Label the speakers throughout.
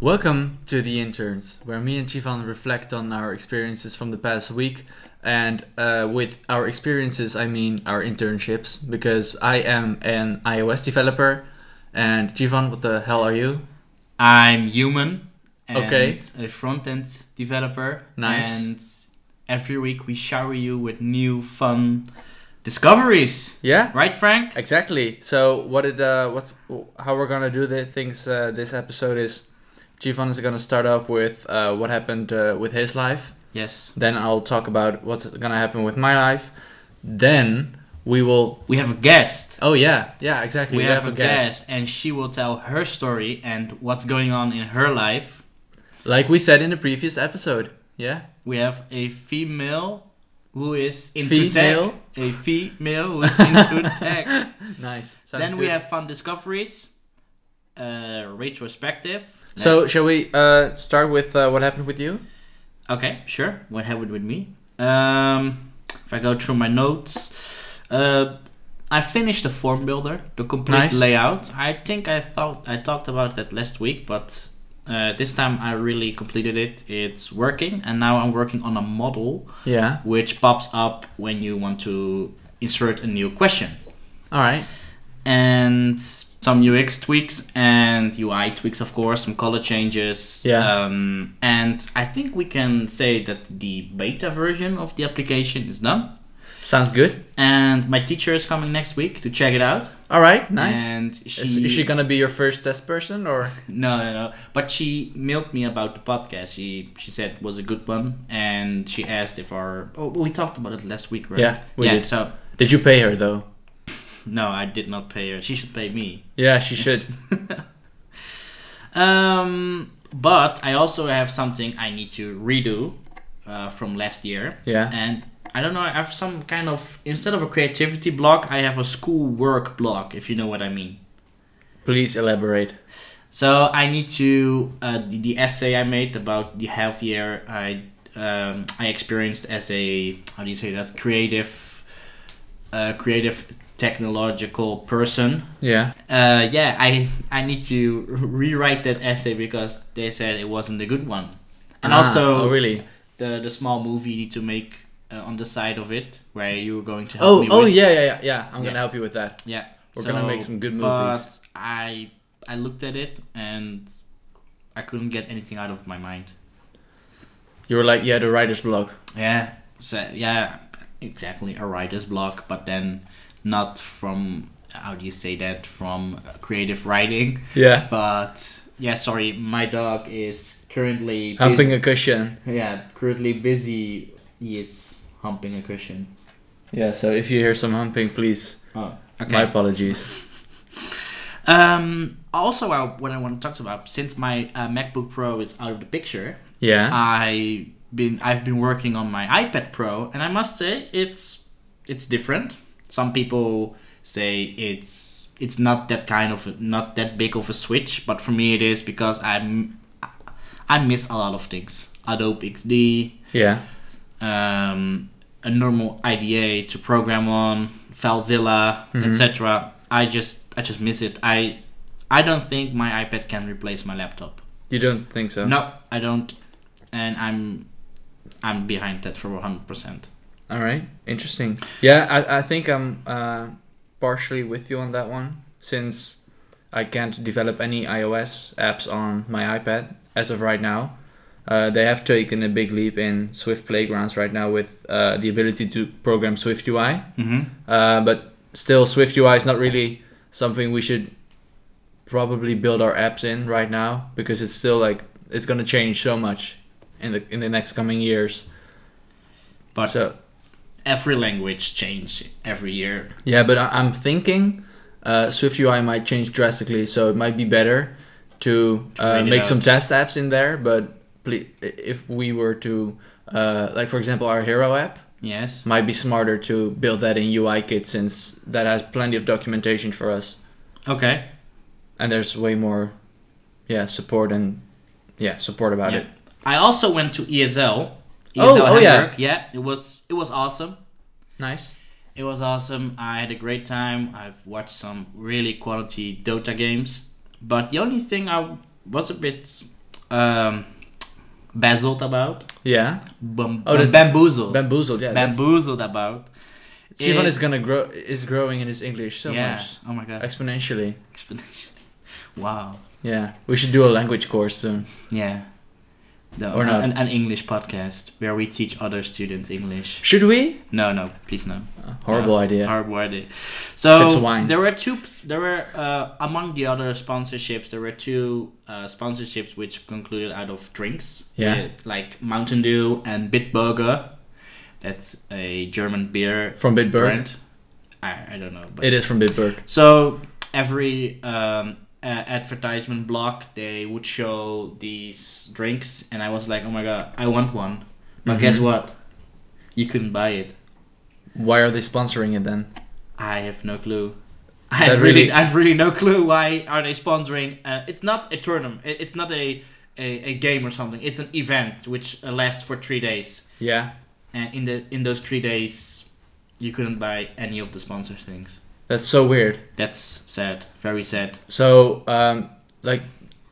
Speaker 1: Welcome to The Interns, where me and Chifan reflect on our experiences from the past week. And uh, with our experiences, I mean our internships, because I am an iOS developer. And Chifan, what the hell are you?
Speaker 2: I'm human. And
Speaker 1: Okay.
Speaker 2: A front end developer.
Speaker 1: Nice.
Speaker 2: And every week we shower you with new fun discoveries.
Speaker 1: Yeah,
Speaker 2: Right, Frank?
Speaker 1: exactly. So what did uh, what's how we're gonna do the things uh, this episode is? Chifan is gonna start off with uh, what happened uh, with his life.
Speaker 2: Yes.
Speaker 1: Then I'll talk about what's gonna happen with my life. Then we will.
Speaker 2: We have a guest.
Speaker 1: Oh yeah, yeah, exactly.
Speaker 2: We, have, a guest. and she will tell her story and what's going on in her life.
Speaker 1: like we said in the previous episode. Yeah,
Speaker 2: We have a female who is into
Speaker 1: Female?
Speaker 2: tech. A female who is into tech.
Speaker 1: nice. Sounds
Speaker 2: then we
Speaker 1: good.
Speaker 2: have fun discoveries, uh, retrospective.
Speaker 1: So shall we uh, start with uh, what happened with you?
Speaker 2: Okay, sure. What happened with me? Um, if I go through my notes, uh, I finished the form builder, the complete
Speaker 1: Nice.
Speaker 2: layout. I think I thought I talked about that last week, but uh, this time I really completed it. It's working, and now I'm working on a model
Speaker 1: Yeah.
Speaker 2: which pops up when you want to insert a new question
Speaker 1: All right.
Speaker 2: and some UX tweaks and UI tweaks, of course, some color changes.
Speaker 1: Yeah.
Speaker 2: Um, and I think we can say that the beta version of the application is done.
Speaker 1: Sounds good.
Speaker 2: And my teacher is coming next week to check it out.
Speaker 1: All right. Nice.
Speaker 2: And she,
Speaker 1: is, is she gonna be your first test person or?
Speaker 2: no, no, no. But she mailed me about the podcast. She she said it was a good one, and she asked if our oh we talked about it last week, right?
Speaker 1: Yeah, we
Speaker 2: yeah.
Speaker 1: did.
Speaker 2: So
Speaker 1: Did you pay her though?
Speaker 2: no, I did not pay her. She should pay me.
Speaker 1: Yeah, she should.
Speaker 2: Um, but I also have something I need to redo uh, from last year.
Speaker 1: Yeah.
Speaker 2: And I don't know, I have some kind of, instead of a creativity block, I have a school work block, if you know what I mean.
Speaker 1: Please elaborate.
Speaker 2: So I need to, uh, the, the essay I made about the health year I, um, I experienced as a, how do you say that, creative, uh, creative technological person
Speaker 1: Yeah.
Speaker 2: uh, yeah, I I need to rewrite that essay because they said it wasn't a good one, and
Speaker 1: Ah,
Speaker 2: also
Speaker 1: Oh really?
Speaker 2: the the small movie you need to make uh, on the side of it where you were going to help
Speaker 1: Oh
Speaker 2: me
Speaker 1: oh
Speaker 2: with.
Speaker 1: yeah yeah yeah yeah. I'm gonna
Speaker 2: Yeah.
Speaker 1: help you with that.
Speaker 2: yeah.
Speaker 1: We're gonna make some good movies.
Speaker 2: But I I looked at it and I couldn't get anything out of my mind.
Speaker 1: You were like yeah the writer's block.
Speaker 2: Yeah. So yeah, exactly a writer's block, but then not from how do you say that from creative writing.
Speaker 1: Yeah.
Speaker 2: But yeah, sorry, my dog is currently busy-
Speaker 1: Humping a cushion.
Speaker 2: yeah, currently busy. He is humping a cushion.
Speaker 1: Yeah. So if you hear some humping, please.
Speaker 2: Oh,
Speaker 1: My
Speaker 2: okay.
Speaker 1: apologies.
Speaker 2: Um. Also, I, what I want to talk about, since my uh, MacBook Pro is out of the picture,
Speaker 1: Yeah.
Speaker 2: I been I've been working on my iPad Pro, and I must say it's it's different. Some people say it's it's not that kind of not that big of a switch, but for me it is because I'm I miss a lot of things. Adobe XD,
Speaker 1: yeah.
Speaker 2: um, a normal IDA to program on, FileZilla, etc. I just I just miss it. I I don't think my iPad can replace my laptop.
Speaker 1: You don't think so?
Speaker 2: No, I don't, and I'm I'm behind that for 100. percent
Speaker 1: All right, interesting. Yeah, I, I think I'm uh, partially with you on that one since I can't develop any iOS apps on my iPad as of right now. Uh, they have taken a big leap in Swift Playgrounds right now with uh, the ability to program Swift UI.
Speaker 2: Mm-hmm.
Speaker 1: Uh, but still, Swift UI is not really something we should probably build our apps in right now because it's still like it's gonna change so much in the in the next coming years.
Speaker 2: But-
Speaker 1: so
Speaker 2: Every language change every year.
Speaker 1: Yeah, but I- I'm thinking uh, Swift UI might change drastically, so it might be better to uh,
Speaker 2: wait it
Speaker 1: make some
Speaker 2: out.
Speaker 1: test apps in there. But ple- if we were to, uh, like for example, our Hero app
Speaker 2: Yes.
Speaker 1: might be smarter to build that in UIKit since that has plenty of documentation for us,
Speaker 2: Okay.
Speaker 1: and there's way more, yeah, support and yeah, support about
Speaker 2: Yeah.
Speaker 1: it.
Speaker 2: I also went to E ESL. ESL
Speaker 1: Oh, oh, yeah.
Speaker 2: E Hamburg. Yeah. It was it was awesome.
Speaker 1: Nice.
Speaker 2: It was awesome. I had a great time. I've watched some really quality Dota games. But the only thing I was a bit um, bazzled about,
Speaker 1: Yeah.
Speaker 2: bam-
Speaker 1: Oh, that's-
Speaker 2: bamboozled,
Speaker 1: Bamboozled. Yeah. that's-
Speaker 2: bamboozled about.
Speaker 1: Sivan
Speaker 2: is-
Speaker 1: is gonna grow. Is growing in his English so
Speaker 2: yeah.
Speaker 1: much
Speaker 2: Oh my god.
Speaker 1: exponentially.
Speaker 2: Explanation. Wow.
Speaker 1: Yeah. We should do a language course soon.
Speaker 2: Yeah. The,
Speaker 1: Or not.
Speaker 2: an, an English podcast where we teach other students English.
Speaker 1: Should we?
Speaker 2: No, no, please no.
Speaker 1: Uh, horrible idea.
Speaker 2: Hard worded. So
Speaker 1: Sips wine.
Speaker 2: there were two. There were uh, among the other sponsorships. There were two uh, sponsorships which concluded out of drinks.
Speaker 1: Yeah.
Speaker 2: with, like Mountain Dew and Bitburger. That's a German beer
Speaker 1: From Bitburg.
Speaker 2: brand. I, I don't know. But
Speaker 1: It is from Bitburg.
Speaker 2: so every um, uh, advertisement block, they would show these drinks, and I was like, oh my god, I want one. But
Speaker 1: Mhm.
Speaker 2: guess what? You couldn't buy it.
Speaker 1: Why are they sponsoring it then?
Speaker 2: I have no clue. I have
Speaker 1: That
Speaker 2: really,
Speaker 1: really-
Speaker 2: I have really no clue why are they sponsoring. Uh, it's not a tournament. It- It's not a, a a game or something. It's an event which uh, lasts for three days,
Speaker 1: Yeah.
Speaker 2: and in the in those three days, you couldn't buy any of the sponsor things.
Speaker 1: That's so weird.
Speaker 2: That's sad. Very sad.
Speaker 1: So, um, like,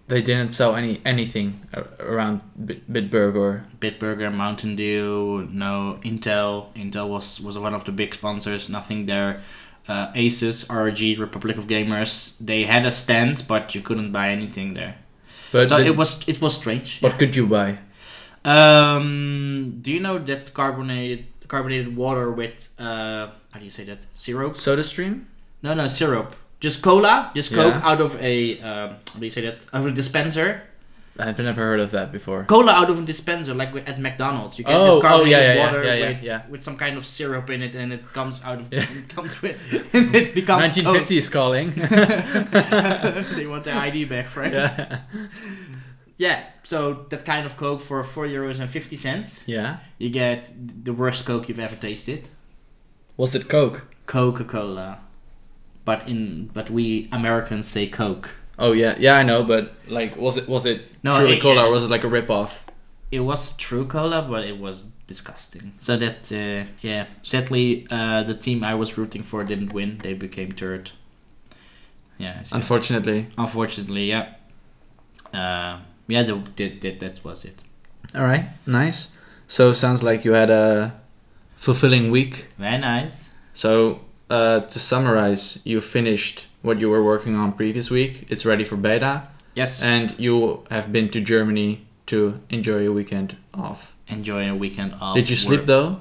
Speaker 1: they didn't sell any anything a- around Bit- Bitburg or
Speaker 2: Bitburger, Mountain Dew, no Intel. Intel was was one of the big sponsors. Nothing there. Uh, Asus, ROG, Republic of Gamers. They had a stand, but you couldn't buy anything there.
Speaker 1: but
Speaker 2: so
Speaker 1: but-
Speaker 2: it was it was strange.
Speaker 1: what could you buy?
Speaker 2: Um, do you know that carbonated carbonated water with uh how do you say that syrup?
Speaker 1: SodaStream?
Speaker 2: No, no syrup. Just cola, just coke
Speaker 1: Yeah.
Speaker 2: out of a um, how do you say that? Out of a dispenser.
Speaker 1: I've never heard of that before.
Speaker 2: Cola out of a dispenser, like with- at McDonald's. You get
Speaker 1: Oh, oh,
Speaker 2: this carbonated
Speaker 1: yeah, yeah, yeah,
Speaker 2: water
Speaker 1: yeah, yeah,
Speaker 2: with,
Speaker 1: yeah.
Speaker 2: with some kind of syrup in it, and it comes out of
Speaker 1: Yeah.
Speaker 2: it comes with and it becomes Coke.
Speaker 1: 1950 is calling.
Speaker 2: they want their ID back, right? Yeah.
Speaker 1: yeah.
Speaker 2: So that kind of coke for four euros and fifty cents,
Speaker 1: Yeah.
Speaker 2: you get the worst coke you've ever tasted.
Speaker 1: Was it Coke?
Speaker 2: Coca Cola, but in but we Americans say Coke.
Speaker 1: Oh yeah, yeah I know, but like, was it was it
Speaker 2: No,
Speaker 1: truly
Speaker 2: it-
Speaker 1: cola or was it like a ripoff?
Speaker 2: It was true cola, but it was disgusting. So that uh, yeah, sadly, uh, the team I was rooting for didn't win. They became third. Yeah, so-
Speaker 1: Unfortunately.
Speaker 2: unfortunately, yeah. Uh, yeah, the, that, that that was it.
Speaker 1: All right, nice. So sounds like you had a fulfilling week.
Speaker 2: Very nice.
Speaker 1: So uh, to summarize, you finished what you were working on previous week. It's ready for beta,
Speaker 2: Yes,
Speaker 1: and you have been to Germany to enjoy your weekend off.
Speaker 2: enjoy a weekend off.
Speaker 1: Did you sleep though?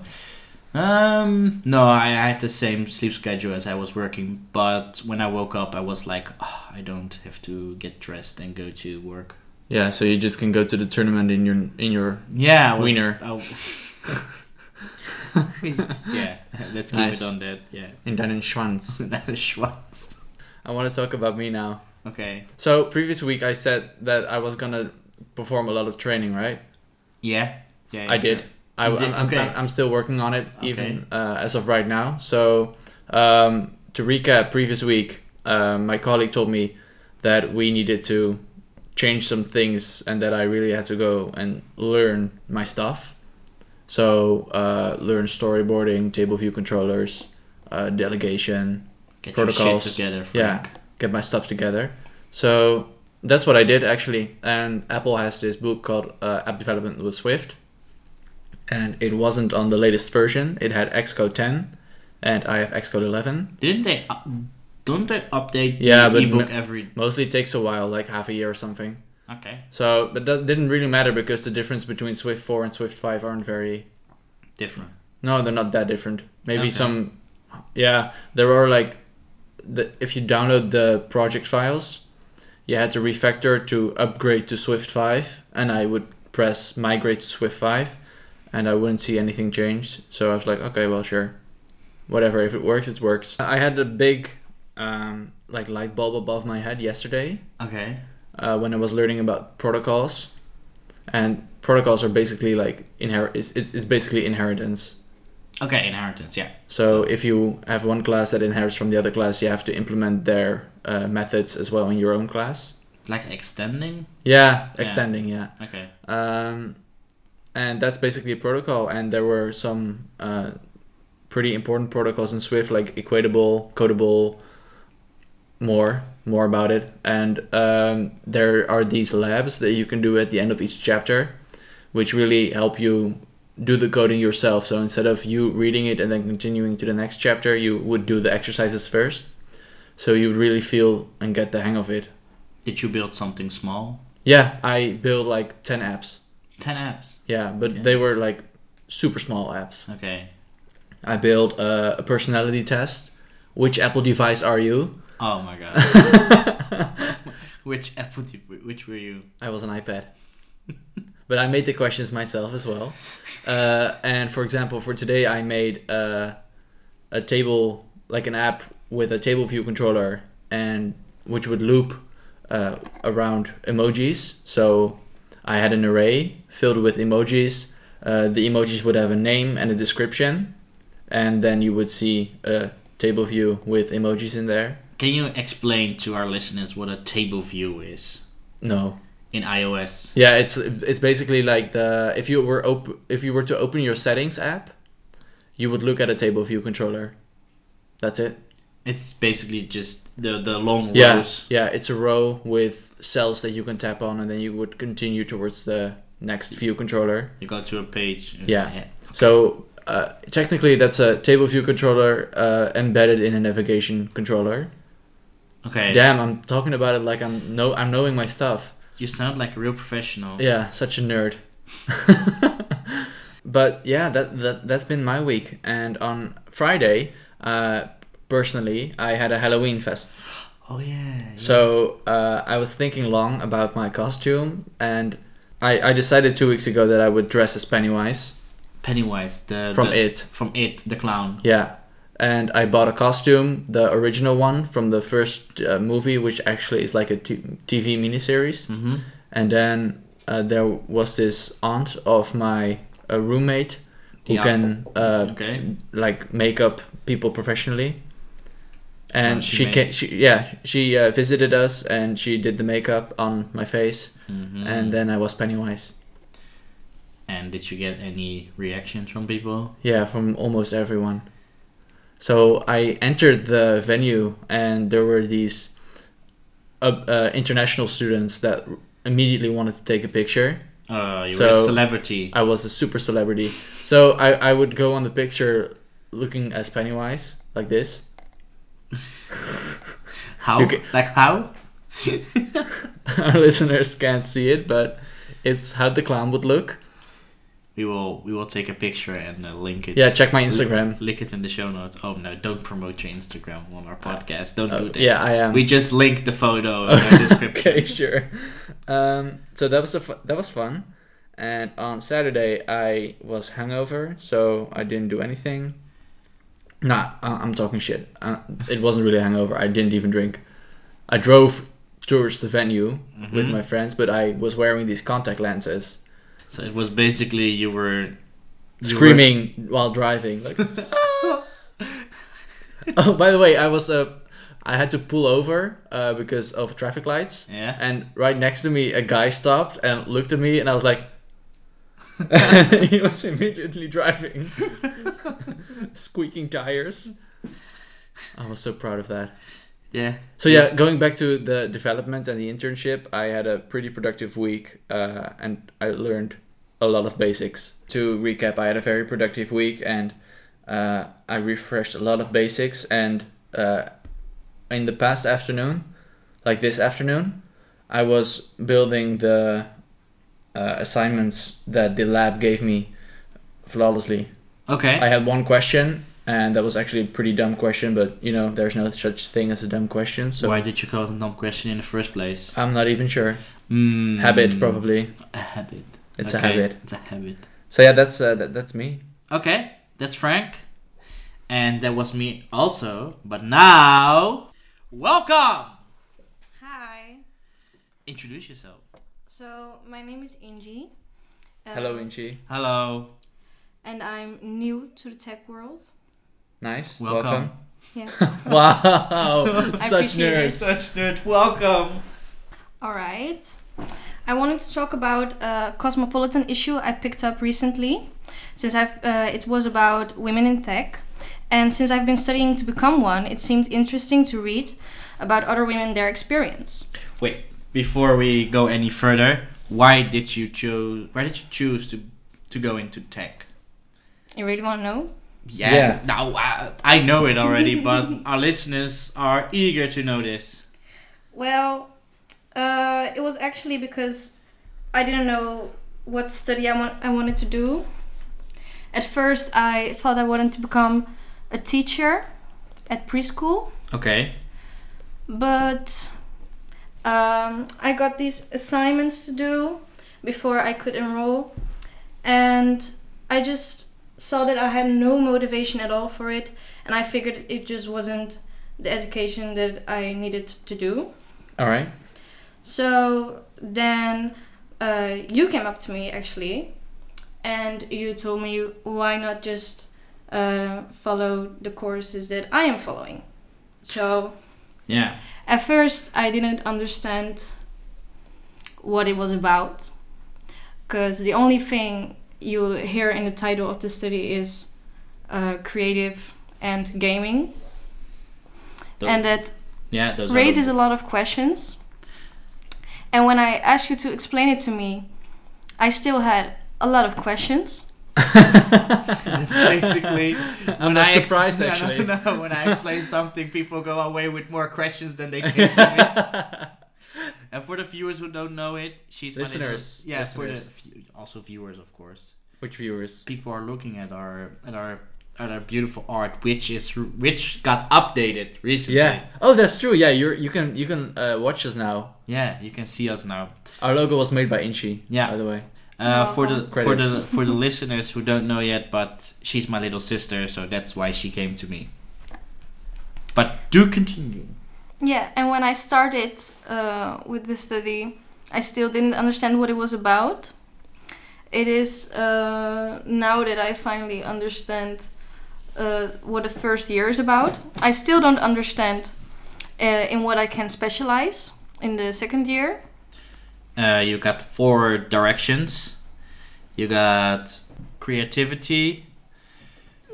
Speaker 2: Um, no, I had the same sleep schedule as I was working, but when I woke up, I was like, "Ah, I don't have to get dressed and go to work.
Speaker 1: Yeah, so you just can go to the tournament in your in your
Speaker 2: Yeah, I was,
Speaker 1: wiener
Speaker 2: I- yeah, let's keep
Speaker 1: Nice.
Speaker 2: it on that. Yeah,
Speaker 1: in deinen Schwanz.
Speaker 2: that is Schwanz.
Speaker 1: I want to talk about me now.
Speaker 2: Okay.
Speaker 1: So previous week I said that I was gonna perform a lot of training, right?
Speaker 2: Yeah. Yeah.
Speaker 1: I did. I,
Speaker 2: You did?
Speaker 1: I'm, I'm-
Speaker 2: Okay.
Speaker 1: I'm, I'm still working on it, even
Speaker 2: Okay.
Speaker 1: uh, as of right now. So, um, to recap, previous week, um, my colleague told me that we needed to change some things and that I really had to go and learn my stuff. So, uh, learn storyboarding, table view controllers, uh, delegation,
Speaker 2: Get
Speaker 1: Protocols.
Speaker 2: your shit together.
Speaker 1: Yeah.
Speaker 2: Frank.
Speaker 1: get my stuff together. So, that's what I did actually. And Apple has this book called uh, App Development with Swift and it wasn't on the latest version. It had Xcode 10, and I have Xcode 11.
Speaker 2: Didn't they? Up- don't they update
Speaker 1: Yeah,
Speaker 2: the
Speaker 1: but
Speaker 2: ebook
Speaker 1: no-
Speaker 2: every?
Speaker 1: Mostly takes a while, like half a year or something.
Speaker 2: Okay.
Speaker 1: So, but that didn't really matter because the difference between Swift 4 and Swift 5 aren't very.
Speaker 2: Different.
Speaker 1: No, they're not that different. Maybe
Speaker 2: Okay.
Speaker 1: some. Yeah, there are like, the, if you download the project files, you had to refactor to upgrade to Swift 5, and I would press migrate to Swift 5, and I wouldn't see anything change. So I was like, okay, well, sure, whatever. If it works, it works. I had a big, um, like light bulb above my head yesterday
Speaker 2: Okay.
Speaker 1: uh, when I was learning about protocols, and protocols are basically like inherit. It's, it's, it's basically inheritance.
Speaker 2: Okay. Inheritance. Yeah.
Speaker 1: So if you have one class that inherits from the other class, you have to implement their uh, methods as well in your own class.
Speaker 2: Like extending.
Speaker 1: Yeah,
Speaker 2: Yeah.
Speaker 1: extending. Yeah.
Speaker 2: Okay.
Speaker 1: Um, and that's basically a protocol. And there were some uh, pretty important protocols in Swift, like equatable, codable, more more about it. And um, there are these labs that you can do at the end of each chapter, which really help you do the coding yourself. So instead of you reading it and then continuing to the next chapter, you would do the exercises first. So you really feel and get the hang of it.
Speaker 2: Did you build something small?
Speaker 1: Yeah, I built like 10 apps.
Speaker 2: 10 apps.
Speaker 1: Yeah, but
Speaker 2: Yeah.
Speaker 1: they were like super small apps.
Speaker 2: Okay.
Speaker 1: I built a, a personality test. Which Apple device are you?
Speaker 2: Oh my god. which Apple? Did, which were you?
Speaker 1: I was an iPad. but I made the questions myself as well. Uh, and for example, for today, I made uh, a table, like an app with a table view controller, and which would loop uh, around emojis. So I had an array filled with emojis. Uh, the emojis would have a name and a description, and then you would see a table view with emojis in there.
Speaker 2: Can you explain to our listeners what a table view is
Speaker 1: No,
Speaker 2: in iOS?
Speaker 1: Yeah, it's it's basically like the if you were op- if you were to open your settings app, you would look at a table view controller. That's it.
Speaker 2: It's basically just the the long
Speaker 1: Yeah.
Speaker 2: rows.
Speaker 1: Yeah, it's a row with cells that you can tap on and then you would continue towards the next view controller.
Speaker 2: You go to a page.
Speaker 1: Yeah. So uh, technically, that's a table view controller uh, embedded in a navigation controller.
Speaker 2: Okay.
Speaker 1: Damn, I'm talking about it like I'm no, I'm knowing my stuff.
Speaker 2: You sound like a real professional.
Speaker 1: Yeah, such a nerd. but yeah, that, that that's been my week. And on Friday, uh, personally, I had a Halloween fest.
Speaker 2: Oh yeah.
Speaker 1: So uh, I was thinking long about my costume, and I, I decided two weeks ago that I would dress as Pennywise
Speaker 2: Pennywise, the
Speaker 1: from
Speaker 2: the-
Speaker 1: It.
Speaker 2: from it, the clown.
Speaker 1: Yeah. And I bought a costume, the original one from the first uh, movie, which actually is like a t- TV miniseries.
Speaker 2: Mm-hmm.
Speaker 1: And then uh, there was this aunt of my uh, roommate who
Speaker 2: Yeah.
Speaker 1: can uh,
Speaker 2: Okay.
Speaker 1: like make up people professionally. And
Speaker 2: So she
Speaker 1: she,
Speaker 2: made-
Speaker 1: ca- she yeah she uh, visited us and she did the makeup on my face
Speaker 2: Mm-hmm.
Speaker 1: and then I was Pennywise.
Speaker 2: and did you get any reactions from people?
Speaker 1: Yeah, from almost everyone. So I entered the venue and there were these uh, uh, international students that immediately wanted to take a picture.
Speaker 2: Uh, you were a
Speaker 1: So-
Speaker 2: celebrity.
Speaker 1: I was a super celebrity. So I, I would go on the picture looking as Pennywise, like this.
Speaker 2: How?
Speaker 1: you ca-
Speaker 2: Like how?
Speaker 1: Our listeners can't see it, but it's how the clown would look.
Speaker 2: We will we will take a picture and uh, link it.
Speaker 1: Yeah, check my Instagram.
Speaker 2: Link it in the show notes. Oh no! Don't promote your Instagram on our podcast. Don't
Speaker 1: Uh,
Speaker 2: do that.
Speaker 1: yeah, I am.
Speaker 2: We just link the photo in the description.
Speaker 1: okay, sure. Um, so that was a fu- that was fun, and on Saturday I was hungover, so I didn't do anything. Nah, I- I'm talking shit. Uh, it wasn't really hungover. I didn't even drink. I drove towards the venue with
Speaker 2: Mhm.
Speaker 1: my friends, but I was wearing these contact lenses,
Speaker 2: So it was basically you were you were-
Speaker 1: screaming while driving. Like, oh, by the way, I was Uh, I had to pull over uh, because of traffic lights.
Speaker 2: yeah.
Speaker 1: and right next to me a guy stopped and looked at me and i was like he was immediately driving squeaking tires i was so proud of that
Speaker 2: Yeah.
Speaker 1: so yeah going back to the development and the internship i had a pretty productive week uh, and i learned a lot of basics to recap i had a very productive week and uh, i refreshed a lot of basics and uh, in the past afternoon like this afternoon i was building the uh, assignments that the lab gave me flawlessly
Speaker 2: Okay.
Speaker 1: I had one question, and that was actually a pretty dumb question, but you know, there's no such thing as a dumb question, so
Speaker 2: Why did you call it a dumb question in the first place?
Speaker 1: I'm not even sure.
Speaker 2: Mm,
Speaker 1: Habit, probably.
Speaker 2: A habit.
Speaker 1: It's
Speaker 2: Okay,
Speaker 1: a habit.
Speaker 2: It's a habit.
Speaker 1: So yeah, that's uh, that, that's me.
Speaker 2: Okay, that's Frank. And that was me also. But now, welcome!
Speaker 3: Hi.
Speaker 2: Introduce yourself.
Speaker 3: So my name is Inji. Um,
Speaker 1: Hello, Inchi.
Speaker 2: Hello.
Speaker 3: And I'm new to the tech world.
Speaker 1: Nice.
Speaker 2: Welcome.
Speaker 1: Welcome.
Speaker 3: Yeah.
Speaker 1: wow, such
Speaker 3: appreciate it.
Speaker 1: nerds.
Speaker 2: nerd, welcome.
Speaker 3: All right. I wanted to talk about a cosmopolitan issue I picked up recently, since I've uh, it was about women in tech, and since I've been studying to become one, it seemed interesting to read about other women their experience.
Speaker 2: Wait, before we go any further, why did you choose? Why did you choose to to go into tech?
Speaker 3: You really want to know?
Speaker 2: Yeah,
Speaker 1: Yeah.
Speaker 2: Now, I, I know it already, but our listeners are eager to know this.
Speaker 3: Well, uh, it was actually because I didn't know what study I, want, I wanted to do. At first, I thought I wanted to become a teacher at preschool,
Speaker 2: Okay.
Speaker 3: but um, I got these assignments to do before I could enroll, and I just saw that I had no motivation at all for it, and I figured it just wasn't the education that I needed to do.
Speaker 1: All right.
Speaker 3: So then uh, you came up to me actually, and you told me why not just uh, follow the courses that I am following. So
Speaker 2: Yeah.
Speaker 3: at first I didn't understand what it was about, because the only thing you hear in the title of the study is uh, creative and gaming,
Speaker 2: Tho-
Speaker 3: and that
Speaker 2: yeah, those are the-
Speaker 3: raises a lot of questions. And when I asked you to explain it to me, I still had a lot of questions.
Speaker 2: That's basically.
Speaker 1: I'm
Speaker 2: when
Speaker 1: not
Speaker 2: I ex-
Speaker 1: surprised
Speaker 2: no, no,
Speaker 1: actually.
Speaker 2: No, when I explain something, people go away with more questions than they came to me. and for the viewers who don't know it, she's one of
Speaker 1: Listeners,
Speaker 2: those- yeah,
Speaker 1: listeners.
Speaker 2: for the view- also viewers, of course.
Speaker 1: Which viewers?
Speaker 2: People are looking at our at our at our beautiful art, which is which got updated recently.
Speaker 1: Yeah. Oh, that's true. Yeah, you are you can you can uh, watch us now.
Speaker 2: Yeah, you can see us now.
Speaker 1: Our logo was made by Inchi.
Speaker 2: Yeah.
Speaker 1: By the way.
Speaker 2: Uh, for the for the
Speaker 1: Credits.
Speaker 2: for the listeners who don't know yet, but she's my little sister, so that's why she came to me. But do continue.
Speaker 3: Yeah, and when I started uh, with the study, I still didn't understand what it was about. It is uh, now that I finally understand uh, what the first year is about. I still don't understand uh, in what I can specialize in the second year.
Speaker 2: Uh, you got four directions. You got creativity,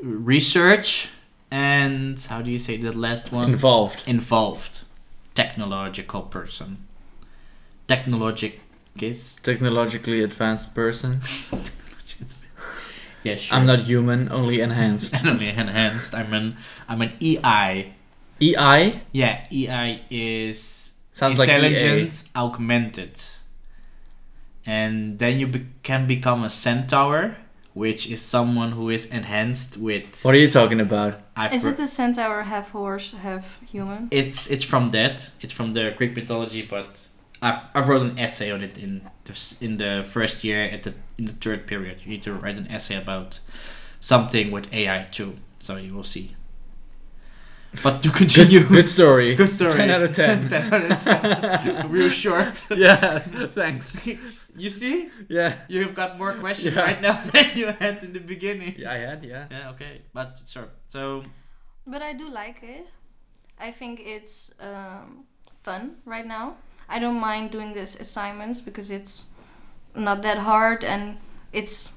Speaker 2: research, and how do you say the last one?
Speaker 1: Involved.
Speaker 2: Involved, technological person, technologic. Yes.
Speaker 1: Technologically advanced person.
Speaker 2: Yeah, sure.
Speaker 1: I'm not human, only enhanced.
Speaker 2: Only enhanced. I'm an I'm an E EI.
Speaker 1: E EI
Speaker 2: Yeah, EI is
Speaker 1: sounds like E EA.
Speaker 2: intelligence augmented. And then you be- can become a centaur, which is someone who is enhanced with.
Speaker 1: What are you talking about?
Speaker 2: I've
Speaker 3: Is
Speaker 2: re-
Speaker 3: it the centaur half horse, half human?
Speaker 2: It's it's from that. It's from the Greek mythology, but I've I've wrote an essay on it in the s- in the first year at the in the third period. You need to write an essay about something with AI too. So you will see. But to
Speaker 1: Good,
Speaker 2: continue.
Speaker 1: good story.
Speaker 2: Good story.
Speaker 1: 10 out of 10.
Speaker 2: 10 out of 10. Real short.
Speaker 1: yeah. Thanks.
Speaker 2: You see?
Speaker 1: Yeah.
Speaker 2: You've got more questions
Speaker 1: Yeah.
Speaker 2: right now than you had in the beginning.
Speaker 1: Yeah, I had. Yeah.
Speaker 2: Yeah, okay. But sure. So
Speaker 3: But I do like it. I think it's um, fun right now. I don't mind doing these assignments because it's not that hard and it's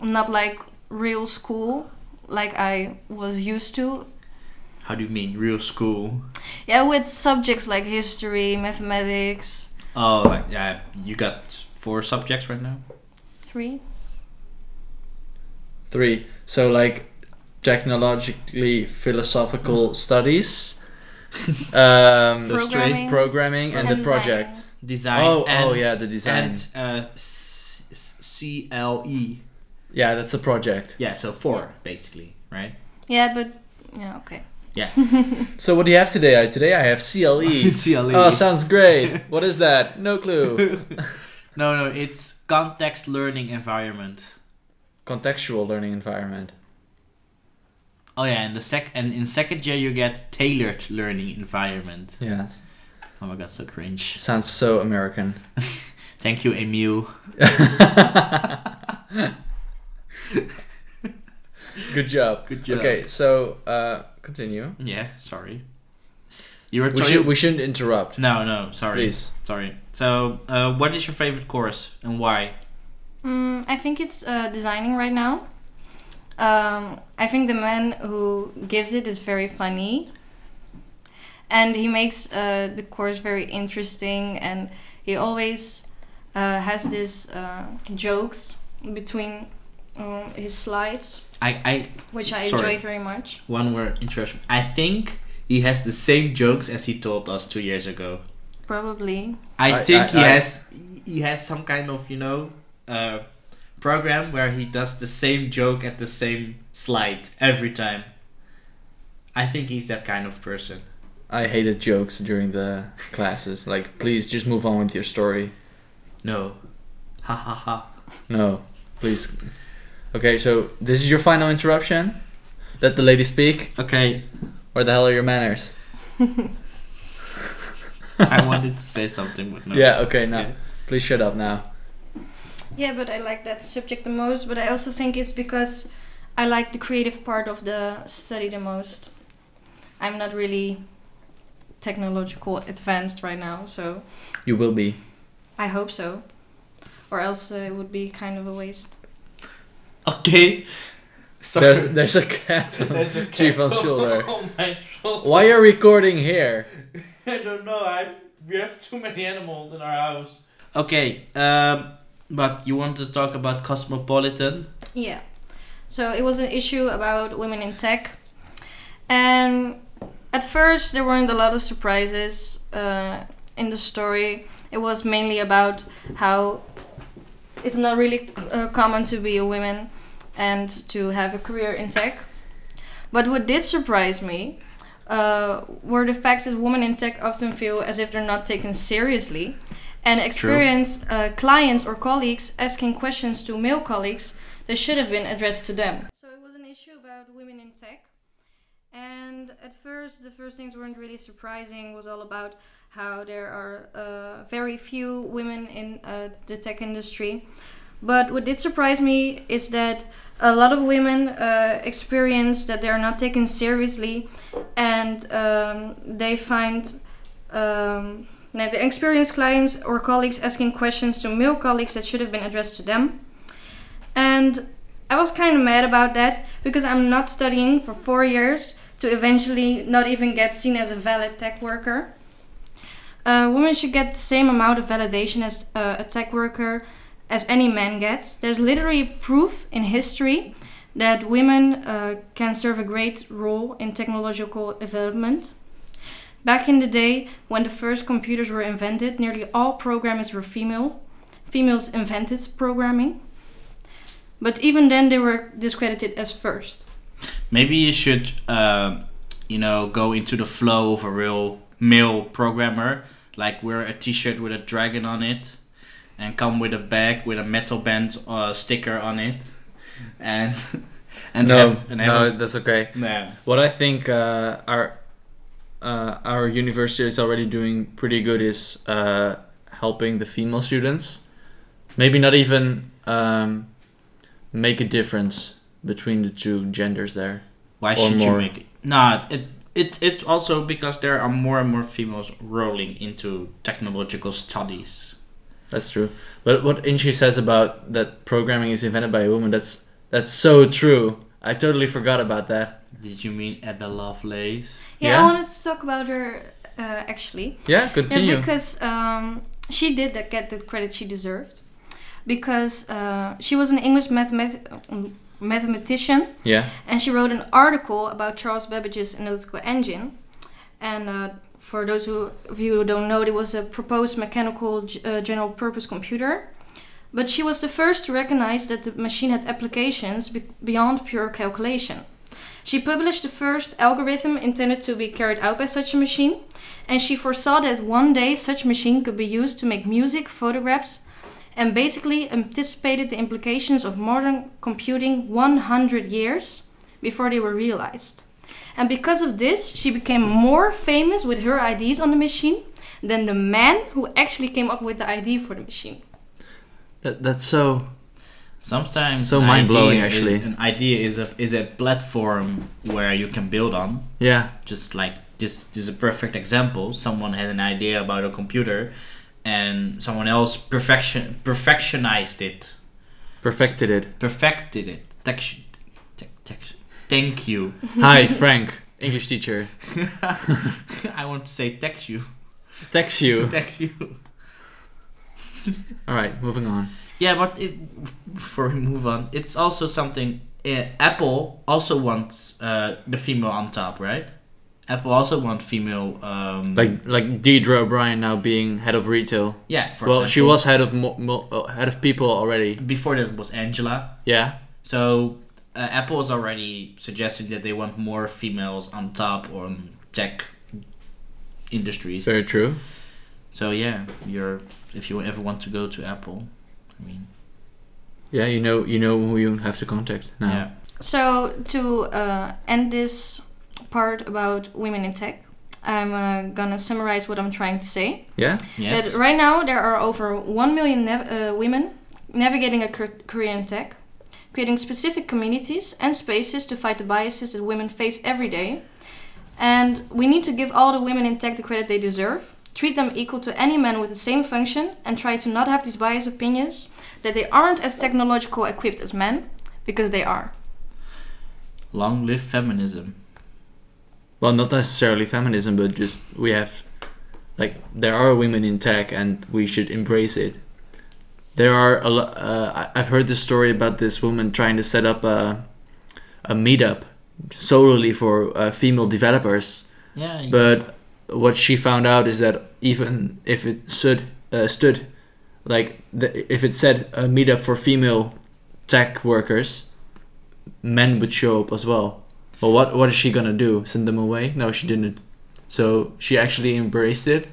Speaker 3: not like real school like I was used to.
Speaker 2: how do you mean real school?
Speaker 3: Yeah, with subjects like history, mathematics,
Speaker 2: Oh like, yeah, you got four subjects right now?
Speaker 3: three.
Speaker 1: Three. So like technologically philosophical studies,
Speaker 2: So
Speaker 1: um,
Speaker 2: straight
Speaker 3: programming.
Speaker 1: programming, and,
Speaker 3: And
Speaker 1: the
Speaker 3: design.
Speaker 1: project.
Speaker 2: Design
Speaker 1: Oh,
Speaker 2: and
Speaker 1: oh, yeah, the design.
Speaker 2: and uh s- s- C L E.
Speaker 1: Yeah, that's a project.
Speaker 2: Yeah, so four basically, right?
Speaker 3: yeah, but yeah, okay.
Speaker 1: So what do you have today? I, today I have CLE.
Speaker 2: CLE.
Speaker 1: Oh, sounds great. What is that? No clue.
Speaker 2: no, no, it's context learning environment.
Speaker 1: Contextual learning environment.
Speaker 2: Oh yeah, and the sec and in second year you get tailored learning environment.
Speaker 1: Yeah,
Speaker 2: Oh my god, so cringe.
Speaker 1: sounds so American.
Speaker 2: Thank you, Emil.
Speaker 1: Good job.
Speaker 2: Good job.
Speaker 1: Okay, so uh, continue.
Speaker 2: Yeah, sorry. You were
Speaker 1: We,
Speaker 2: trying.
Speaker 1: should, we shouldn't interrupt.
Speaker 2: no, no, sorry,
Speaker 1: Please.
Speaker 2: sorry. So, uh, what is your favorite course and why?
Speaker 3: Mm, I think it's uh, designing right now. Um, I think the man who gives it is very funny. and he makes uh, the course very interesting and he always uh, has this uh, jokes between um, his slides
Speaker 2: I, I
Speaker 3: which i
Speaker 2: Sorry.
Speaker 3: enjoy very much
Speaker 2: one word interruption. I think he has the same jokes as he told us two years ago.
Speaker 3: probably
Speaker 2: I,
Speaker 1: I-
Speaker 2: think
Speaker 1: I-
Speaker 2: he
Speaker 1: I-
Speaker 2: has he has some kind of you know uh, program where he does the same joke at the same slide every time. I think he's that kind of person.
Speaker 1: I hated jokes during the classes. Like, please just move on with your story.
Speaker 2: No, ha ha ha.
Speaker 1: No, please. Okay, so this is your final interruption. Let the lady speak.
Speaker 2: Okay,
Speaker 1: Where the hell are your manners?
Speaker 2: I wanted to say something, but no.
Speaker 1: Yeah. Okay. Now,
Speaker 2: Yeah.
Speaker 1: please shut up now.
Speaker 3: yeah but i like that subject the most but i also think it's because i like the creative part of the study the most i'm not really technological advanced right now so
Speaker 1: You will be.
Speaker 3: i hope so or else uh, it would be kind of a waste
Speaker 2: Okay. Sorry.
Speaker 1: There's, there's a cat. on-
Speaker 2: There's a
Speaker 1: Chief
Speaker 2: cat
Speaker 1: on shoulder.
Speaker 2: on Oh my shoulder.
Speaker 1: Why are recording here?
Speaker 2: I don't know. I've we have too many animals in our house. Okay, um, but you want to talk about Cosmopolitan?
Speaker 3: Yeah. So it was an issue about women in tech. And at first, there weren't a lot of surprises uh, in the story. It was mainly about how it's not really uh, common to be a woman and to have a career in tech. But what did surprise me uh, were the facts that women in tech often feel as if they're not taken seriously and experience uh, clients or colleagues asking questions to male colleagues that should have been addressed to them. So it was an issue about women in tech. And at first, the first things weren't really surprising. Was all about how there are uh, very few women in uh, the tech industry. But what did surprise me is that a lot of women uh, experience that they are not taken seriously, and um, they find um, now they experience clients or colleagues asking questions to male colleagues that should have been addressed to them. And I was kind of mad about that because I'm not studying for four years to eventually not even get seen as a valid tech worker. Uh, women should get the same amount of validation as uh, a tech worker as any man gets. There's literally proof in history that women uh, can serve a great role in technological development. Back in the day, when the first computers were invented, nearly all programmers were female. Females invented programming. But even then, they were discredited as first.
Speaker 2: Maybe you should, uh, you know, go into the flow of a real male programmer. Like wear a T-shirt with a dragon on it, and come with a bag with a metal band uh, sticker on it, and and
Speaker 1: no,
Speaker 2: have, and
Speaker 1: no,
Speaker 2: have
Speaker 1: that's okay.
Speaker 2: no.
Speaker 1: What I think uh, our uh, our university is already doing pretty good is uh, helping the female students. Maybe not even um, make a difference between the two genders there.
Speaker 2: Why
Speaker 1: Or
Speaker 2: should
Speaker 1: more.
Speaker 2: you make it? Nah, it, it it's also because there are more and more females rolling into technological studies.
Speaker 1: That's true. But what Inchi says about that programming is invented by a woman, that's that's so true. I totally forgot about that.
Speaker 2: Did you mean at the Lovelace?
Speaker 3: Yeah,
Speaker 1: Yeah.
Speaker 3: I wanted to talk about her uh, actually.
Speaker 1: Yeah, continue.
Speaker 3: Yeah, because um, she did that, get the credit she deserved. Because uh, she was an English mathemat- um, mathematician
Speaker 1: yeah.
Speaker 3: and she wrote an article about Charles Babbage's analytical engine. And uh, for those who, of you who don't know, it was a proposed mechanical g- uh, general purpose computer. But she was the first to recognize that the machine had applications be- beyond pure calculation. She published the first algorithm intended to be carried out by such a machine, and she foresaw that one day such machine could be used to make music, photographs, and basically anticipated the implications of modern computing 100 years before they were realized. And because of this, she became more famous with her ideas on the machine than the man who actually came up with the idea for the machine.
Speaker 1: That, that's so
Speaker 2: Sometimes
Speaker 1: So
Speaker 2: an
Speaker 1: mind-blowing,
Speaker 2: idea is-
Speaker 1: actually.
Speaker 2: an idea is a is a platform where you can build on.
Speaker 1: yeah.
Speaker 2: Just like this, this is a perfect example. Someone had an idea about a computer, and someone else perfection perfectionized it.
Speaker 1: Perfected it.
Speaker 2: perfected it. Tex- te- tex- thank you.
Speaker 1: Hi, Frank. English teacher
Speaker 2: I want to say text you.
Speaker 1: text you.
Speaker 2: Text you.
Speaker 1: All right, moving on.
Speaker 2: Yeah, but if, before we move on, it's also something. Uh, Apple also wants uh, the female on top, right? Apple also want female. Um,
Speaker 1: Like like Deidre O'Brien now being head of retail.
Speaker 2: yeah, for
Speaker 1: well, she
Speaker 2: example.
Speaker 1: was head of mo- mo- uh, head of people already.
Speaker 2: before that was Angela.
Speaker 1: Yeah.
Speaker 2: So uh, Apple was already suggesting that they want more females on top or on tech industries.
Speaker 1: Very true.
Speaker 2: So yeah, you're if you ever want to go to Apple, I mean,
Speaker 1: Yeah, you know you know who you have to contact now.
Speaker 2: yeah,
Speaker 3: So to uh, end this part about women in tech, I'm uh, gonna summarize what I'm trying to say.
Speaker 1: Yeah?
Speaker 2: yes,
Speaker 3: That right now there are over one million nav- uh, women navigating a car- career in tech, creating specific communities and spaces to fight the biases that women face every day. And we need to give all the women in tech the credit they deserve. Treat them equal to any man with the same function and try to not have these biased opinions that they aren't as technological equipped as men because they are.
Speaker 2: long live feminism.
Speaker 1: Well, not necessarily feminism, but just we have like there are women in tech and we should embrace it. There are a lo- uh, I- I've heard this story about this woman trying to set up a a meetup solely for uh, female developers.
Speaker 2: Yeah, you-
Speaker 1: But what she found out is that even if it stood, uh, stood like the, if it said a meetup for female tech workers, men would show up as well. Well, what what is she gonna do? Send them away? No, she didn't. So she actually embraced it,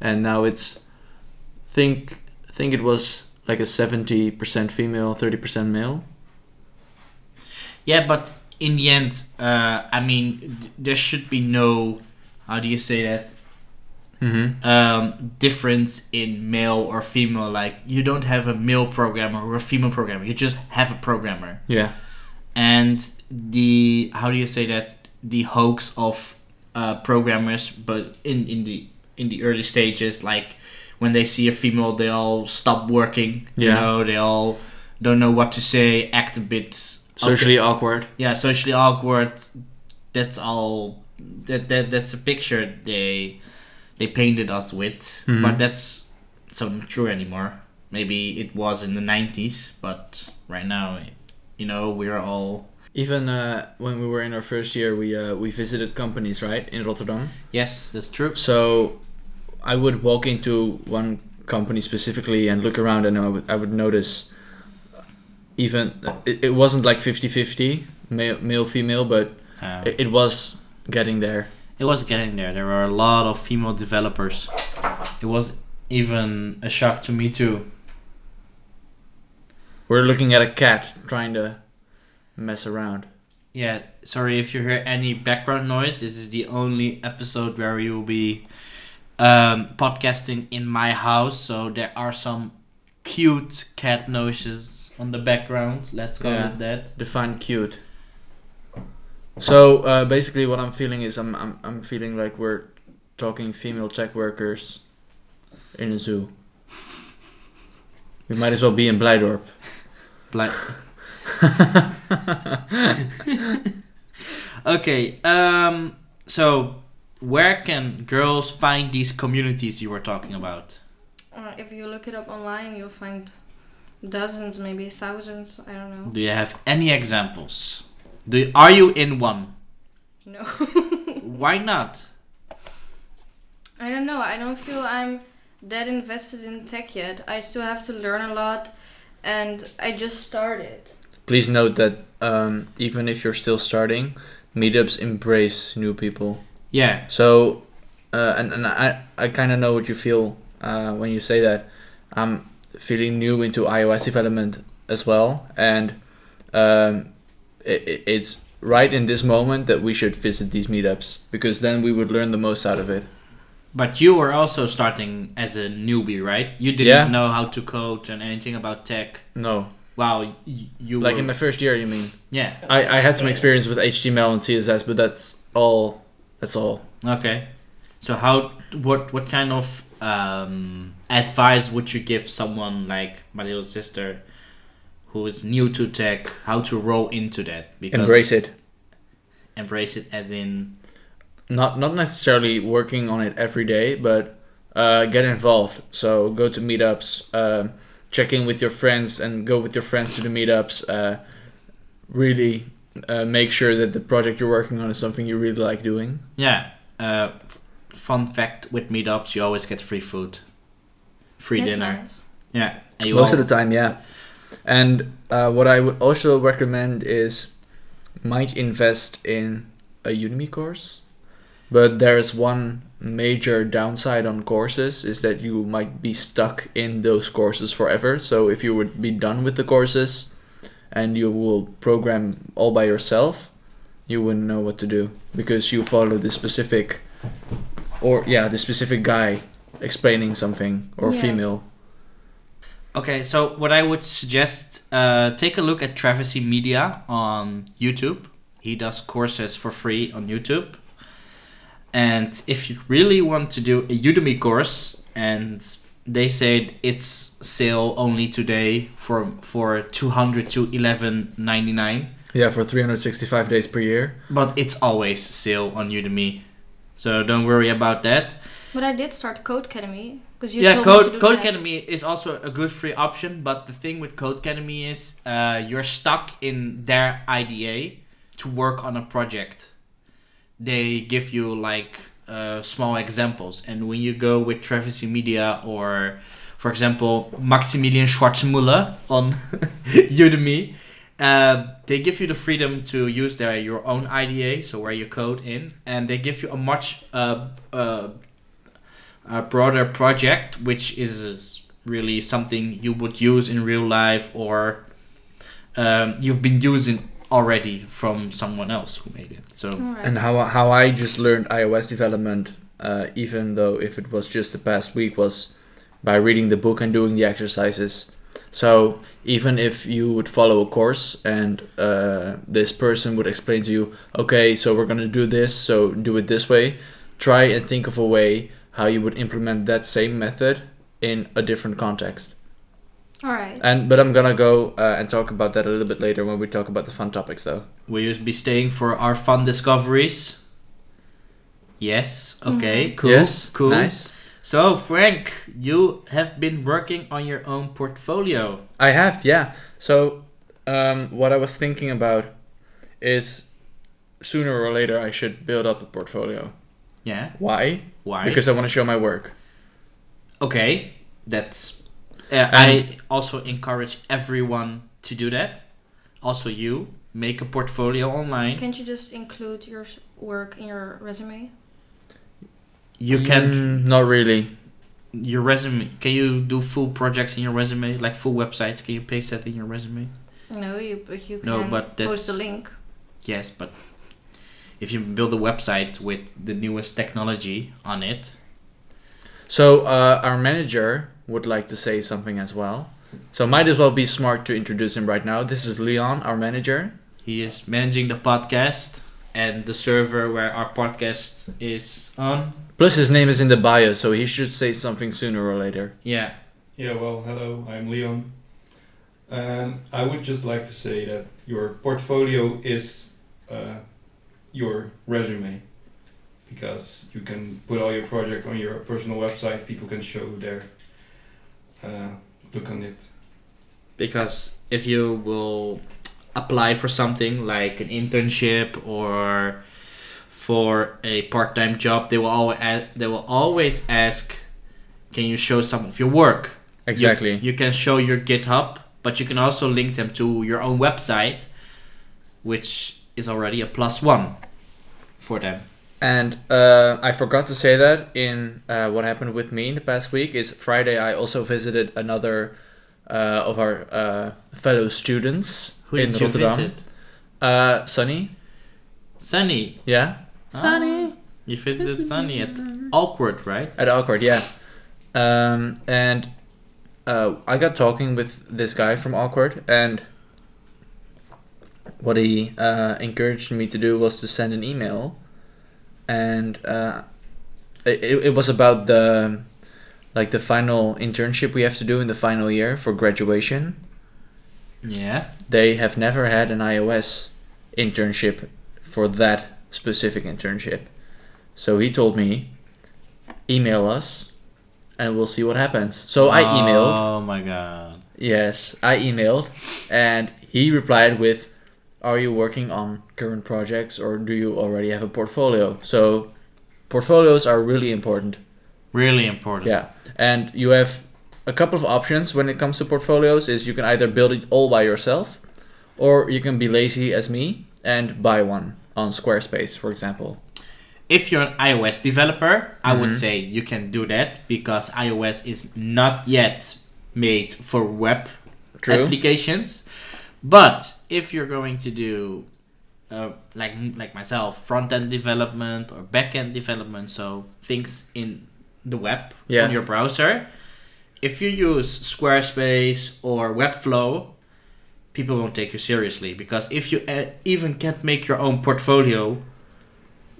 Speaker 1: and now it's think think it was like a seventy percent female, thirty percent male.
Speaker 2: yeah, but in the end, uh, I mean, th- there should be no, how do you say that,
Speaker 1: Mm-hmm.
Speaker 2: um, difference in male or female. Like you don't have a male programmer or a female programmer. You just have a programmer.
Speaker 1: Yeah.
Speaker 2: and the how do you say that the hoax of uh, programmers but in, in the in the early stages like when they see a female they all stop working you
Speaker 1: Yeah.
Speaker 2: know they all don't know what to say act a bit
Speaker 1: Socially awkward.
Speaker 2: yeah socially awkward that's all that, that that's a picture they they painted us with
Speaker 1: Mhm.
Speaker 2: but that's so not true anymore maybe it was in the 90s but right now you know we're all
Speaker 1: Even uh, when we were in our first year, we uh, we visited companies right in Rotterdam.
Speaker 2: Yes, that's true.
Speaker 1: So I would walk into one company specifically and look around and I would, I would notice uh, even uh, it, it wasn't like 50-50 male male female but
Speaker 2: Um,
Speaker 1: it,
Speaker 2: it,
Speaker 1: it was getting there
Speaker 2: was getting there. There were a lot of female developers. It was even a shock to me too.
Speaker 1: we're looking at a cat trying to mess around
Speaker 2: Yeah, sorry if you hear any background noise. This is the only episode where we will be um, podcasting in my house, so there are some cute cat noises on the background. Let's call
Speaker 1: Yeah.
Speaker 2: it that.
Speaker 1: define cute so uh, basically what i'm feeling is I'm, I'm i'm feeling like we're talking female tech workers in a zoo we might as well be in blijdorp
Speaker 2: Black. okay, um, so where can girls find these communities you were talking about?
Speaker 3: Uh, if you look it up online, you'll find dozens, maybe thousands. I don't know.
Speaker 2: Do you have any examples? Do you, are you in one?
Speaker 3: No.
Speaker 2: Why not?
Speaker 3: I don't know. I don't feel I'm that invested in tech yet. I still have to learn a lot, and I just started.
Speaker 1: Please note that um, even if you're still starting, meetups embrace new people.
Speaker 2: Yeah,
Speaker 1: So, uh, and, and I, I kind of know what you feel uh, when you say that. I'm feeling new into iOS development as well, and um, it, it's right in this moment that we should visit these meetups because then we would learn the most out of it.
Speaker 2: but you were also starting as a newbie, right? You didn't
Speaker 1: Yeah.
Speaker 2: know how to code and anything about tech.
Speaker 1: No,
Speaker 2: Wow, y- you
Speaker 1: like
Speaker 2: were,
Speaker 1: in my first year, you mean?
Speaker 2: yeah.
Speaker 1: I, I had some experience with HTML and CSS, but that's all. That's all.
Speaker 2: Okay. So how what what kind of um, advice would you give someone like my little sister who is new to tech how to roll into that?
Speaker 1: Embrace it.
Speaker 2: embrace it as in
Speaker 1: not not necessarily working on it every day, but uh, get involved. So go to meetups, uh, check in with your friends, and go with your friends to the meetups. Uh, really uh, make sure that the project you're working on is something you really like doing.
Speaker 2: yeah. Uh, f- fun fact with meetups, you always get free food, free
Speaker 3: That's
Speaker 2: dinner.
Speaker 3: nice.
Speaker 2: Yeah, and you
Speaker 1: Most
Speaker 2: all-
Speaker 1: of the time, yeah. And uh, what I would also recommend is might invest in a Udemy course, but there is one major downside on courses is that you might be stuck in those courses forever. So if you would be done with the courses and you will program all by yourself, you wouldn't know what to do because you follow the specific or yeah, the specific guy explaining something or
Speaker 3: Yeah.
Speaker 1: female.
Speaker 2: Okay, so what I would suggest, uh, take a look at Travis E. Media on YouTube. He does courses for free on YouTube. And if you really want to do a Udemy course, and they said it's sale only today for for two hundred to eleven ninety nine,
Speaker 1: Yeah, for 365 days per year.
Speaker 2: but it's always sale on Udemy, so don't worry about that.
Speaker 3: But I did start Codecademy because you
Speaker 2: yeah,
Speaker 3: told me
Speaker 2: Code
Speaker 3: to do that.
Speaker 2: Codecademy is also a good free option, but the thing with Codecademy is uh, you're stuck in their IDA to work on a project. They give you like uh, small examples, and when you go with Travis E Media or, for example, Maximilian Schwarzmuller on Udemy, uh, they give you the freedom to use their your own IDA, so where you code in, and they give you a much uh, uh, a broader project, which is really something you would use in real life or um, you've been using already from someone else who made it. So
Speaker 3: Alright.
Speaker 1: And how how I just learned iOS development, uh, even though if it was just the past week, was by reading the book and doing the exercises. So even if you would follow a course and uh, this person would explain to you, okay, so we're gonna do this, so do it this way. Try and think of a way how you would implement that same method in a different context.
Speaker 3: All right.
Speaker 1: And but I'm gonna go uh, and talk about that a little bit later when we talk about the fun topics, though.
Speaker 2: will you be staying for our fun discoveries? Yes. Okay. Cool.
Speaker 1: yes.
Speaker 2: Cool.
Speaker 1: Nice.
Speaker 2: So Frank, you have been working on your own portfolio.
Speaker 1: I have, yeah. So, um, what I was thinking about is sooner or later I should build up a portfolio.
Speaker 2: Yeah.
Speaker 1: Why?
Speaker 2: Why?
Speaker 1: Because I want to show my work.
Speaker 2: Okay, that's. Uh, I also encourage everyone to do that. Also, you make a portfolio online.
Speaker 3: Can't you just include your s- work in your resume?
Speaker 2: You can
Speaker 1: Mm, not really.
Speaker 2: your resume. Can you do full projects in your resume, like full websites? Can you paste that in your resume?
Speaker 3: No, you but you can
Speaker 2: No, but
Speaker 3: post a
Speaker 2: that's-
Speaker 3: link.
Speaker 2: Yes, but if you build a website with the newest technology on it,
Speaker 1: So uh, our manager would like to say something as well. So might as well be smart to introduce him right now. This is Leon, our manager.
Speaker 2: he is managing the podcast and the server where our podcast is on.
Speaker 1: Plus his name is in the bio, so he should say something sooner or later.
Speaker 2: Yeah.
Speaker 4: Yeah, well, hello, I'm Leon. Um, I would just like to say that your portfolio is uh, your resume because you can put all your project on your personal website, people can show their uh, look on it.
Speaker 2: because if you will apply for something like an internship or for a part-time job they will always ask, they will always ask can you show some of your work You-
Speaker 1: Exactly.
Speaker 2: you, can show your github but you can also link them to your own website which is already a plus one for them
Speaker 1: And uh, I forgot to say that in uh, what happened with me in the past week is Friday. I also visited another uh, of our uh, fellow students
Speaker 2: who
Speaker 1: in
Speaker 2: did you
Speaker 1: Rotterdam.
Speaker 2: visit
Speaker 1: Uh, Sunny,
Speaker 2: sunny
Speaker 1: yeah,
Speaker 3: Sunny.
Speaker 2: you visited sunny at awkward right
Speaker 1: at Awkward, yeah. Um, and uh, I got talking with this guy from Awkward, and what he uh, encouraged me to do was to send an email, and uh, it, it it was about the like the final internship we have to do in the final year for graduation.
Speaker 2: yeah
Speaker 1: They have never had an iOS internship for that specific internship. So he told me, email us, and we'll see what happens. So I emailed.
Speaker 2: Oh my god.
Speaker 1: Yes, I emailed, and he replied with, "Are you working on current projects, or do you already have a portfolio?" So, portfolios are really important.
Speaker 2: Really important.
Speaker 1: Yeah, and you have a couple of options when it comes to portfolios. Is you can either build it all by yourself, or you can be lazy as me and buy one on Squarespace, for example.
Speaker 2: If you're an iOS developer, I would say you can do that because iOS is not yet made for web
Speaker 1: True.
Speaker 2: applications. But if you're going to do uh, like like myself, front end development or back end development, so things in the web
Speaker 1: Yeah.
Speaker 2: on your browser, if you use Squarespace or Webflow, people won't take you seriously because if you uh, even can't make your own portfolio,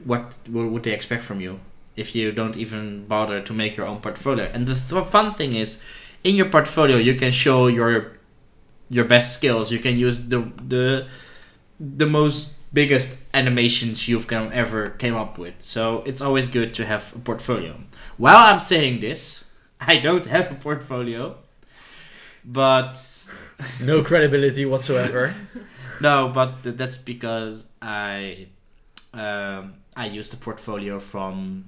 Speaker 2: what what would they expect from you if you don't even bother to make your own portfolio? And the th- fun thing is, in your portfolio, you can show your your best skills. You can use the the the most biggest animations you've come, ever came up with. So it's always good to have a portfolio. While I'm saying this, I don't have a portfolio, but
Speaker 1: No credibility whatsoever.
Speaker 2: no, but th- that's because I um, I use the portfolio from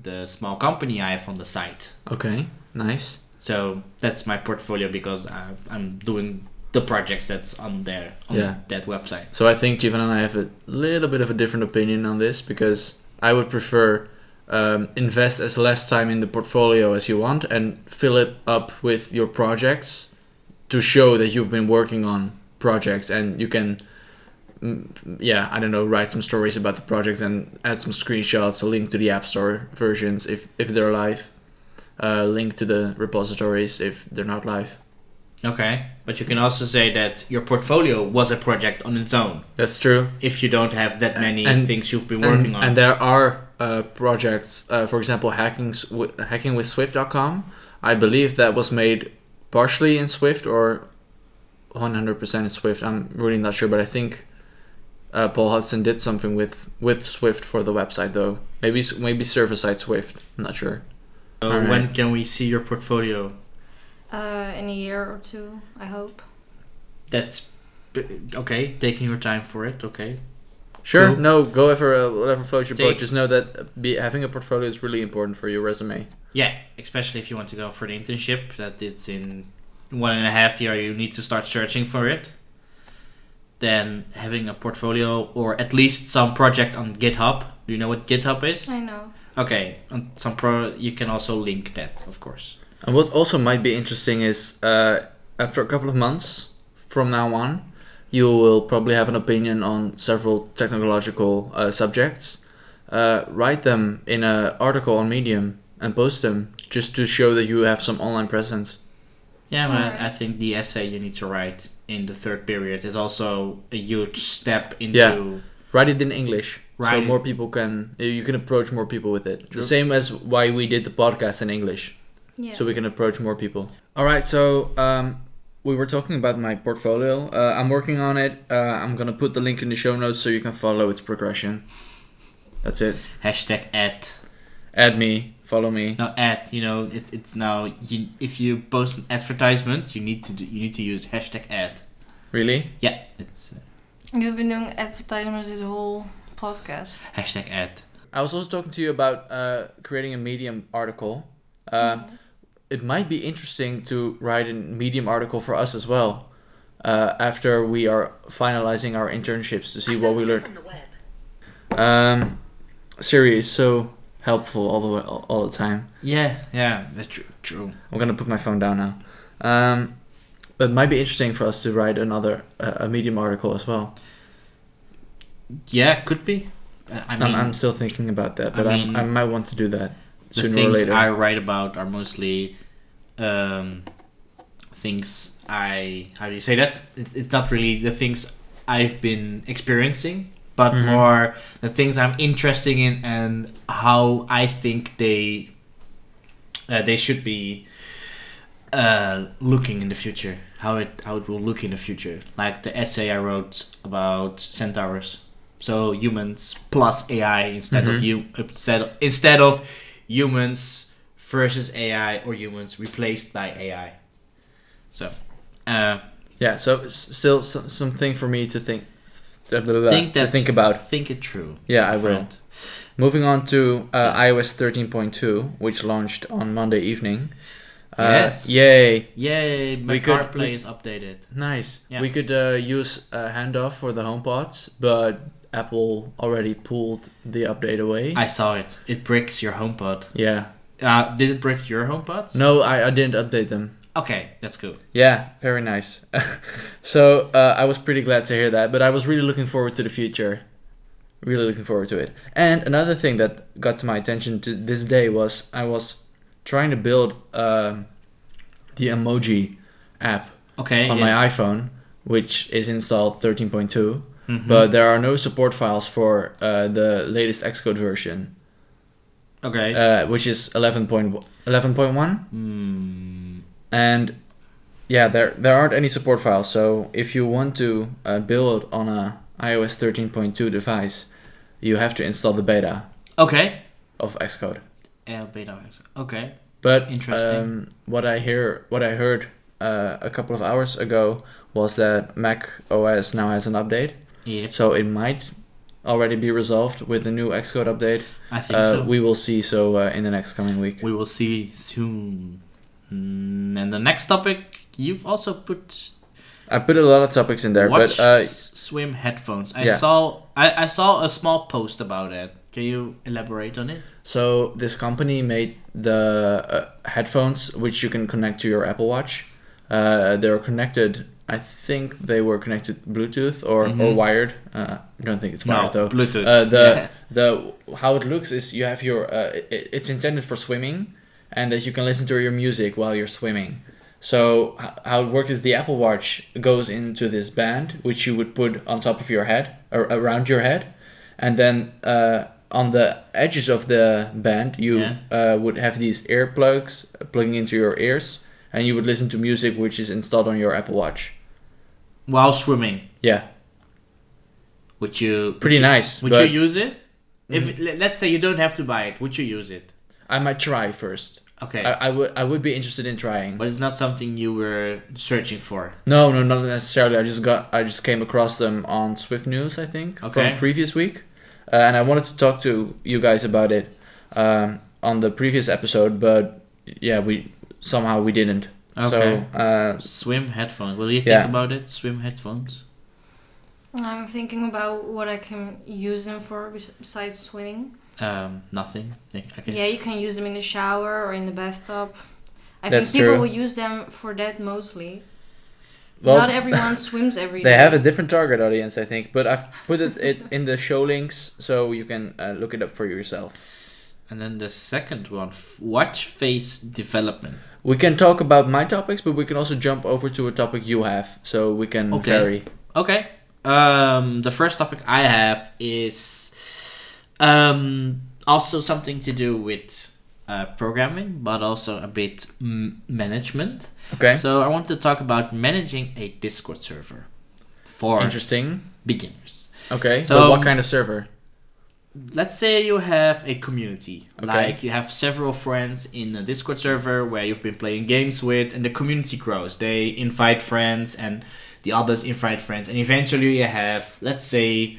Speaker 2: the small company I have on the site.
Speaker 1: okay, nice.
Speaker 2: So that's my portfolio because I, I'm doing the projects that's on there on
Speaker 1: Yeah.
Speaker 2: that website.
Speaker 1: So I think Jivan and I have a little bit of a different opinion on this because I would prefer um, invest as less time in the portfolio as you want and fill it up with your projects to show that you've been working on projects and you can mm, yeah I don't know write some stories about the projects and add some screenshots a link to the app store versions if if they're live uh, link to the repositories if they're not live
Speaker 2: Okay, but you can also say that your portfolio was a project on its own
Speaker 1: that's true
Speaker 2: if you don't have that many
Speaker 1: And-
Speaker 2: things you've been
Speaker 1: and,
Speaker 2: working on.
Speaker 1: and there are uh, projects, uh, for example, hacking s- wi- hackingwithswift.com. I believe that was made partially in Swift or 100% in Swift. I'm really not sure, but I think uh, Paul Hudson did something with, with Swift for the website though. Maybe s- maybe server side Swift. I'm not sure.
Speaker 2: so
Speaker 1: Alright.
Speaker 2: when can we see your portfolio?
Speaker 3: Uh, in a year or two, I hope.
Speaker 2: That's b- okay. Taking your time for it. Okay.
Speaker 1: Sure.
Speaker 2: Cool.
Speaker 1: No, go for uh, whatever floats your boat.
Speaker 2: Take-
Speaker 1: Just know that uh, be, having a portfolio is really important for your resume.
Speaker 2: Yeah, especially if you want to go for the internship, that it's in one and a half year, you need to start searching for it. Then having a portfolio or at least some project on GitHub. Do you know what GitHub is?
Speaker 3: I know.
Speaker 2: Okay, on some pro, you can also link that, of course.
Speaker 1: And what also might be interesting is uh, after a couple of months from now on, you will probably have an opinion on several technological uh, subjects. Uh, write them in an article on Medium and post them just to show that you have some online presence.
Speaker 2: Yeah, but
Speaker 3: Alright.
Speaker 2: I think the essay you need to write in the third period is also a huge step into.
Speaker 1: Yeah. Write it in English
Speaker 2: Write
Speaker 1: so
Speaker 2: it-
Speaker 1: more people can you can approach more people with it.
Speaker 2: True.
Speaker 1: The same as why we did the podcast in English.
Speaker 3: Yeah.
Speaker 1: so we can approach more people. All right, so um, we were talking about my portfolio. Uh, I'm working on it. Uh, I'm gonna put the link in the show notes so you can follow its progression. That's it.
Speaker 2: Hashtag at.
Speaker 1: Add me, follow me.
Speaker 2: Now ad, you know, it's it's now you, if you post an advertisement, you need to do, you need to use hashtag ad.
Speaker 1: Really?
Speaker 2: Yeah, it's uh,
Speaker 3: You've been doing advertisements this whole podcast.
Speaker 2: hashtag ad.
Speaker 1: I was also talking to you about uh, creating a Medium article. Um, It might be interesting to write a Medium article for us as well. Uh, after we are finalizing our internships to see what we learn. Um, Siri is so helpful all the way, all, all the time.
Speaker 2: Yeah, yeah, that's true. true.
Speaker 1: I'm gonna put my phone down now. Um, but it might be interesting for us to write another uh, a medium article as well.
Speaker 2: Yeah, could be. Uh, I
Speaker 1: I am
Speaker 2: mean,
Speaker 1: I'm still thinking about that,
Speaker 2: I
Speaker 1: but I am
Speaker 2: mean-
Speaker 1: I might want to do that
Speaker 2: the
Speaker 1: sooner or
Speaker 2: things
Speaker 1: later.
Speaker 2: I write about are mostly um, things I how do you say that? It, it's not really the things I've been experiencing, but
Speaker 1: Mhm.
Speaker 2: more the things I'm interested in and how I think they uh, they should be uh, looking in the future. How it how it will look in the future, like the essay I wrote about centaurs. So humans plus AI instead of
Speaker 1: Mhm.
Speaker 2: you instead instead of humans versus AI or humans replaced by AI. So uh,
Speaker 1: Yeah, so s- still some, something for me to think blah, blah, blah,
Speaker 2: Think
Speaker 1: to
Speaker 2: that-
Speaker 1: think about.
Speaker 2: think it through.
Speaker 1: Yeah, I will.
Speaker 2: friend.
Speaker 1: Moving on to uh,
Speaker 2: Yeah.
Speaker 1: iOS 13.2, which launched on Monday evening. Uh,
Speaker 2: Yes.
Speaker 1: Yay!
Speaker 2: Yay! My
Speaker 1: We could-
Speaker 2: CarPlay
Speaker 1: we-
Speaker 2: is updated.
Speaker 1: Nice.
Speaker 2: Yeah.
Speaker 1: We could uh, use a handoff for the HomePods, but Apple already pulled the update away.
Speaker 2: I saw it. It breaks your HomePod.
Speaker 1: yeah.
Speaker 2: Uh, did it break your HomePods?
Speaker 1: No, I, I didn't update them.
Speaker 2: Okay, that's cool.
Speaker 1: Yeah, very nice. so uh, I was pretty glad to hear that, but I was really looking forward to the future. Really looking forward to it. And another thing that got to my attention to this day was I was trying to build um, the emoji app
Speaker 2: Okay.
Speaker 1: on
Speaker 2: yeah.
Speaker 1: my iPhone, which is installed 13.2,
Speaker 2: Mhm.
Speaker 1: but there are no support files for uh, the latest Xcode version,
Speaker 2: okay.
Speaker 1: uh, which is 11.1. 11.1?
Speaker 2: Hmm.
Speaker 1: and yeah there there aren't any support files so if you want to uh, build on a ios 13.2 device you have to install the beta
Speaker 2: Okay.
Speaker 1: of xcode
Speaker 2: Uh, beta Max. Okay.
Speaker 1: but
Speaker 2: Interesting.
Speaker 1: um, what i hear what i heard uh, a couple of hours ago was that mac os now has an update
Speaker 2: Yep.
Speaker 1: so it might already be resolved with the new xcode update
Speaker 2: I think
Speaker 1: uh,
Speaker 2: so.
Speaker 1: we will see so uh, in the next coming week
Speaker 2: We will see soon. Mm, and the next topic, you've also put
Speaker 1: i put a lot of topics in there
Speaker 2: watch
Speaker 1: but uh,
Speaker 2: s- swim headphones. I
Speaker 1: yeah.
Speaker 2: saw I, I saw a small post about it. Can you elaborate on it?
Speaker 1: So this company made the uh, headphones which you can connect to your Apple Watch. Uh, they're connected. I think they were connected Bluetooth or, or
Speaker 2: Mhm.
Speaker 1: wired. Uh, I don't think it's
Speaker 2: no,
Speaker 1: wired though.
Speaker 2: Bluetooth.
Speaker 1: Uh, the
Speaker 2: Yeah.
Speaker 1: the how it looks is you have your uh, it, it's intended for swimming, and that you can listen to your music while you're swimming. So h- how it works is the Apple Watch goes into this band which you would put on top of your head or around your head, and then uh, on the edges of the band you
Speaker 2: Yeah.
Speaker 1: uh, would have these earplugs plugging into your ears, and you would listen to music which is installed on your Apple Watch.
Speaker 2: While swimming,
Speaker 1: Yeah,
Speaker 2: would you
Speaker 1: pretty
Speaker 2: would you-
Speaker 1: nice.
Speaker 2: Would
Speaker 1: but Mm.
Speaker 2: you use it? If le- let's say you don't have to buy it, would you use it?
Speaker 1: I might try first.
Speaker 2: Okay,
Speaker 1: I, I would I would be interested in trying.
Speaker 2: but it's not something you were searching for.
Speaker 1: No, no, not necessarily. I just got I just came across them on Swift News, I think,
Speaker 2: Okay.
Speaker 1: from previous week, uh, and I wanted to talk to you guys about it um, on the previous episode, but yeah, we somehow we didn't.
Speaker 2: Okay.
Speaker 1: So uh,
Speaker 2: Swim headphones. What do you think
Speaker 1: Yeah.
Speaker 2: about it? Swim headphones.
Speaker 3: I'm thinking about what I can use them for bes- besides swimming.
Speaker 2: Um, nothing. I I guess.
Speaker 3: Yeah, you can use them in the shower or in the bathtub. I
Speaker 1: That's
Speaker 3: think people
Speaker 1: true.
Speaker 3: will use them for that mostly.
Speaker 1: well,
Speaker 3: Not everyone swims every day.
Speaker 1: they have a different target audience, I think, but I've put it, it in the show links so you can uh, look it up for yourself.
Speaker 2: And then the second one, f- watch face development.
Speaker 1: We can talk about my topics, but we can also jump over to a topic you have, so we can
Speaker 2: Okay.
Speaker 1: vary.
Speaker 2: Okay. Um, the first topic I have is um, also something to do with uh, programming, but also a bit m- management.
Speaker 1: Okay,
Speaker 2: So I want to talk about managing a Discord server for
Speaker 1: interesting.
Speaker 2: beginners.
Speaker 1: Okay,
Speaker 2: So,
Speaker 1: so what
Speaker 2: um,
Speaker 1: kind of server?
Speaker 2: let's say you have a community
Speaker 1: Okay.
Speaker 2: like you have several friends in a discord server where you've been playing games with and the community grows they invite friends and the others invite friends and eventually you have let's say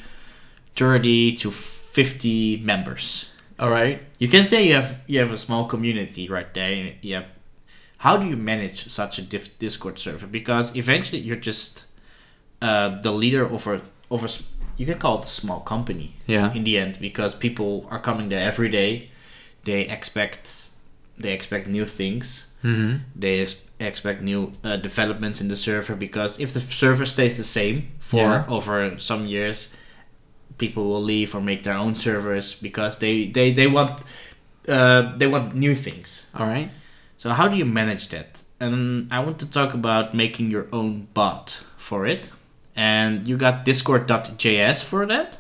Speaker 2: 30 to 50 members
Speaker 1: All right.
Speaker 2: you can say you have you have a small community right there you have how do you manage such a diff- discord server because eventually you're just uh, the leader of a of a s- you can call it a small company
Speaker 1: Yeah.
Speaker 2: in the end because people are coming there every day they expect they expect new things
Speaker 1: Mm-hmm.
Speaker 2: they ex- expect new uh, developments in the server because if the server stays the same for
Speaker 1: Yeah.
Speaker 2: over some years people will leave or make their own servers because they they, they want uh, they want new things
Speaker 1: All right.
Speaker 2: so how do you manage that? And I want to talk about making your own bot for it. And you got discord.js for that.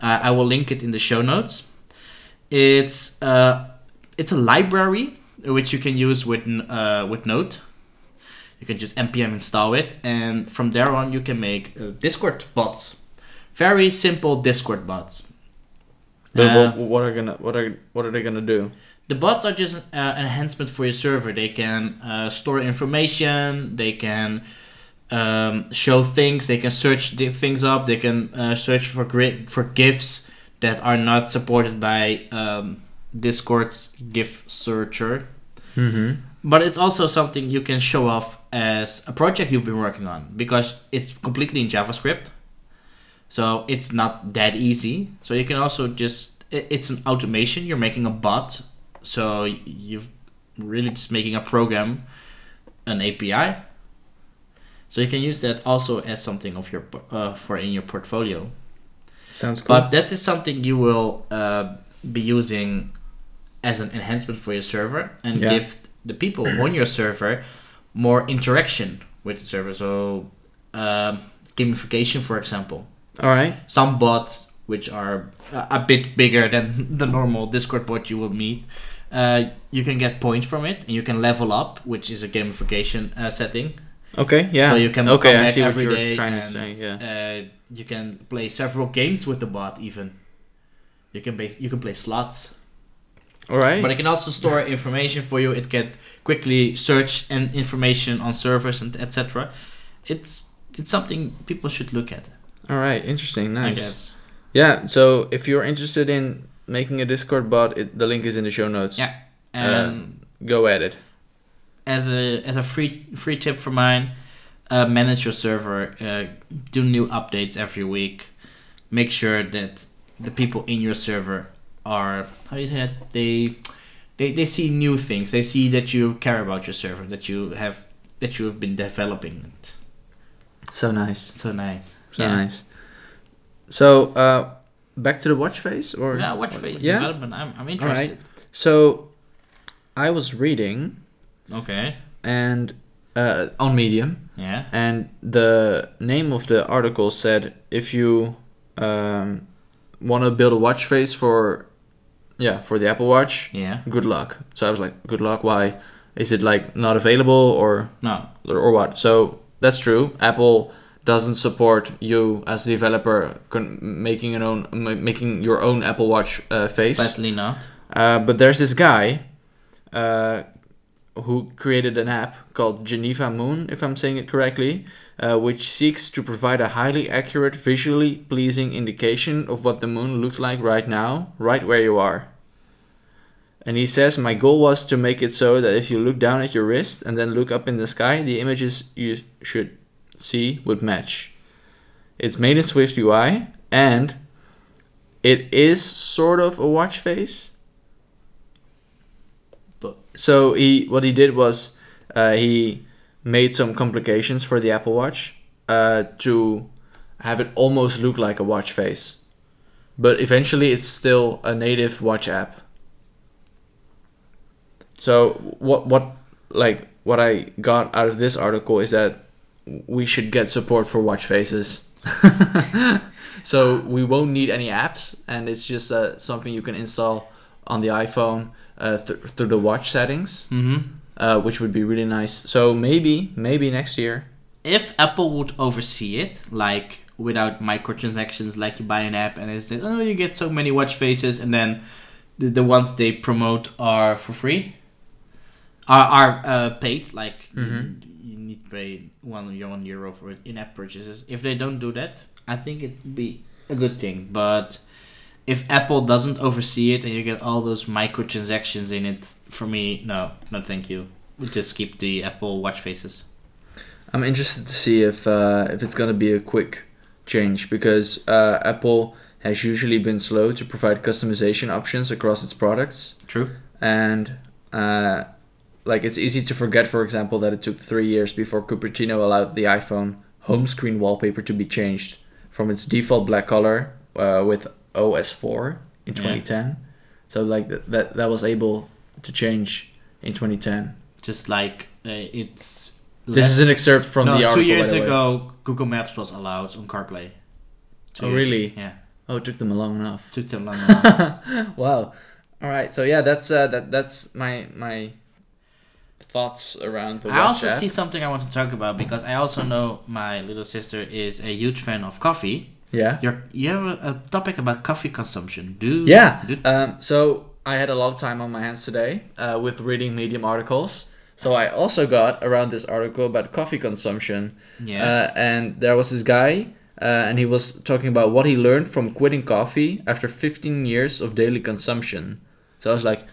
Speaker 2: Uh, I will link it in the show notes. It's uh, it's a library which you can use with n- uh, with Node. You can just npm install it, and from there on you can make uh, Discord bots Very simple Discord bots.
Speaker 1: But
Speaker 2: Uh,
Speaker 1: what, what are gonna what are what are they gonna do?
Speaker 2: The bots are just uh, an enhancement for your server. They can uh, store information. They can um, show things. They can search di- things up. They can uh, search for gri- for gifs that are not supported by um, Discord's GIF searcher.
Speaker 1: Mm-hmm.
Speaker 2: But it's also something you can show off as a project you've been working on because it's completely in JavaScript. So it's not that easy. So you can also just, i- it's an automation. You're making a bot. So you're really just making a program, an API. So you can use that also as something of your po- uh, for in your portfolio.
Speaker 1: Sounds cool.
Speaker 2: But that is something you will uh, be using as an enhancement for your server and
Speaker 1: Yeah.
Speaker 2: give the people on your server more interaction with the server. So, um, gamification, for example.
Speaker 1: All right.
Speaker 2: Some bots, which are a a bit bigger than the normal Discord bot you will meet, uh, you can get points from it and you can level up, which is a gamification uh, setting.
Speaker 1: Okay. Yeah.
Speaker 2: So you can
Speaker 1: okay.
Speaker 2: come
Speaker 1: I
Speaker 2: back
Speaker 1: see what
Speaker 2: every
Speaker 1: you're
Speaker 2: day
Speaker 1: trying to say.
Speaker 2: and,
Speaker 1: Yeah.
Speaker 2: uh, you can play several games with the bot even. You can base, you can play slots,
Speaker 1: All right.
Speaker 2: but it can also store information for you. It can quickly search and information on servers and etc. It's it's something people should look at.
Speaker 1: All right. Interesting.
Speaker 2: I
Speaker 1: Nice.
Speaker 2: guess.
Speaker 1: Yeah. So if you're interested in making a Discord bot, it, the link is in the show notes.
Speaker 2: Yeah.
Speaker 1: Uh,
Speaker 2: And
Speaker 1: Go at it.
Speaker 2: as a as a free free tip for mine, uh, manage your server. Uh, do new updates every week. Make sure that the people in your server are how do you say that they they they see new things. They see that you care about your server. That you have that you have been developing. it.
Speaker 1: So nice.
Speaker 2: So nice.
Speaker 1: So nice. So uh, back to the watch face or
Speaker 2: Yeah, watch phase
Speaker 1: Yeah?
Speaker 2: development. I'm I'm interested.
Speaker 1: So I was reading
Speaker 2: Okay.
Speaker 1: and uh, on Medium.
Speaker 2: Yeah.
Speaker 1: And the name of the article said if you um, want to build a watch face for, yeah, for the Apple Watch,
Speaker 2: Yeah.
Speaker 1: good luck. So I was like, good luck. Why? Is it like not available or
Speaker 2: No.
Speaker 1: or what? So that's true. Apple doesn't support you as a developer con- making an own ma- making your own Apple Watch uh, face.
Speaker 2: Sadly not.
Speaker 1: Uh, but there's this guy uh, who created an app called Geneva Moon, if I'm saying it correctly, uh, which seeks to provide a highly accurate, visually pleasing indication of what the moon looks like right now, right where you are. And he says, My goal was to make it so that if you look down at your wrist and then look up in the sky, the images you should see would match. It's made in Swift UI and it is sort of a watch face.
Speaker 2: But-
Speaker 1: so he what he did was uh, he made some complications for the Apple Watch uh, to have it almost look like a watch face, but eventually it's still a native watch app. So what what like what I got out of this article is that we should get support for watch faces. So we won't need any apps, and it's just uh, something you can install on the iPhone uh, th- through the watch settings,
Speaker 2: Mm-hmm.
Speaker 1: uh, which would be really nice. So maybe, maybe next year.
Speaker 2: if Apple would oversee it, like without microtransactions, like you buy an app and they say, oh, you get so many watch faces, and then the, the ones they promote are for free, are are uh, paid, like you-
Speaker 1: Mhm.
Speaker 2: you, need to pay one one euro for in-app purchases. If they don't do that, I think it would be a good thing. But if Apple doesn't oversee it and you get all those microtransactions in it, for me, no, no, thank you. Just keep the Apple watch faces.
Speaker 1: I'm interested to see if uh, if it's gonna be a quick change because uh, Apple has usually been slow to provide customization options across its products,
Speaker 2: True.
Speaker 1: and uh, like it's easy to forget, for example, that it took three years before Cupertino allowed the iPhone home screen wallpaper to be changed from its default black color uh, with OS 4 in
Speaker 2: Yeah.
Speaker 1: 2010. So like th- that that was able to change in 2010.
Speaker 2: just like uh, it's.
Speaker 1: This is an excerpt from
Speaker 2: no,
Speaker 1: the article.
Speaker 2: two years
Speaker 1: by the way.
Speaker 2: ago, Google Maps was allowed on CarPlay. Two
Speaker 1: Oh,
Speaker 2: years-
Speaker 1: really?
Speaker 2: Yeah,
Speaker 1: Oh, it took them long enough.
Speaker 2: took them long. enough.
Speaker 1: Wow. All right. So yeah, that's uh, that that's my my thoughts around the
Speaker 2: I also
Speaker 1: WhatsApp.
Speaker 2: see something I want to talk about because I also know my little sister is a huge fan of coffee,
Speaker 1: Yeah.
Speaker 2: You're, you have a, a topic about coffee consumption. Do
Speaker 1: Yeah.
Speaker 2: do-
Speaker 1: Um, so I had a lot of time on my hands today uh, with reading Medium articles. So I also got around this article about coffee consumption.
Speaker 2: yeah.
Speaker 1: Uh, and there was this guy, uh, and he was talking about what he learned from quitting coffee after 15 years of daily consumption. So I was like,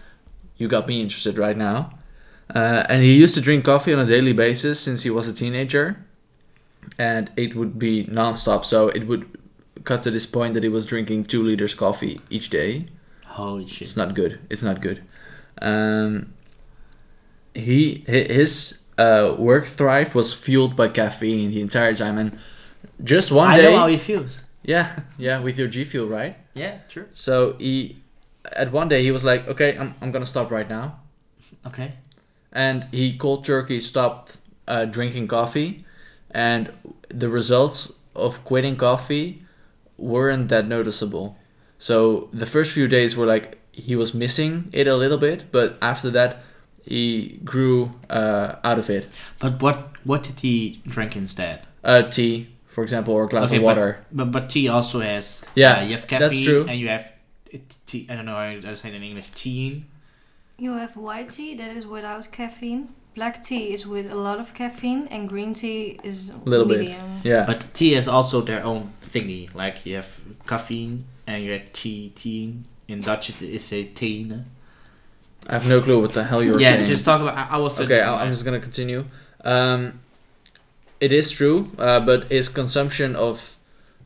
Speaker 1: you got me interested right now. Uh, and he used to drink coffee on a daily basis since he was a teenager. And it would be nonstop. So it would cut to this point that he was drinking two liters coffee each day.
Speaker 2: Holy shit.
Speaker 1: It's not good. It's not good. Um, he hi- his uh, work thrive was fueled by caffeine the entire time, and just one
Speaker 2: I
Speaker 1: day,
Speaker 2: know how he feels.
Speaker 1: yeah, yeah, with your G Fuel, right?
Speaker 2: Yeah, true.
Speaker 1: So he, at one day, he was like, okay, I'm I'm gonna stop right now,
Speaker 2: Okay.
Speaker 1: and he cold turkey stopped uh, drinking coffee, and the results of quitting coffee weren't that noticeable. So the first few days were like he was missing it a little bit, but after that, he grew uh, out of it.
Speaker 2: But what what did he drink instead?
Speaker 1: Uh, tea, for example, or a glass
Speaker 2: Okay,
Speaker 1: of
Speaker 2: but-
Speaker 1: water.
Speaker 2: But but tea also has
Speaker 1: Yeah,
Speaker 2: uh, you have caffeine
Speaker 1: that's true.
Speaker 2: and you have it- tea. I don't know how to say it in English. Teen.
Speaker 3: You have white tea that is without caffeine. Black tea is with a lot of caffeine, and green tea is
Speaker 1: Little bit.
Speaker 3: medium.
Speaker 1: yeah,
Speaker 2: But tea has also their own thingy. Like you have caffeine and you have tea. Teen in Dutch it is a teen.
Speaker 1: I have no clue what the hell you're
Speaker 2: yeah,
Speaker 1: saying.
Speaker 2: just talk about. I, I was
Speaker 1: Okay, I- I'm just gonna continue. Um, it is true, uh, but his consumption of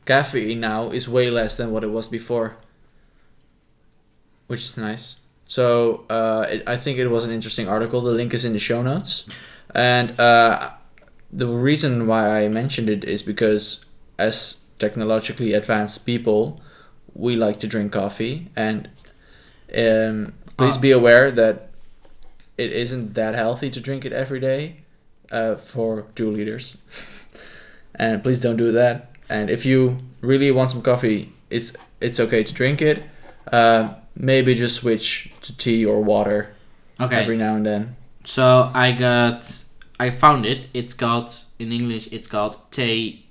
Speaker 1: caffeine now is way less than what it was before, which is nice. So uh, it, I think it was an interesting article. The link is in the show notes, and uh, the reason why I mentioned it is because as technologically advanced people, we like to drink coffee, and um, please
Speaker 2: Ah.
Speaker 1: be aware that it isn't that healthy to drink it every day uh, for two liters. and please don't do that. And if you really want some coffee, it's it's okay to drink it. Uh, maybe just switch to tea or water
Speaker 2: okay.
Speaker 1: every now and then.
Speaker 2: So I got, I found it. It's called in English. It's called T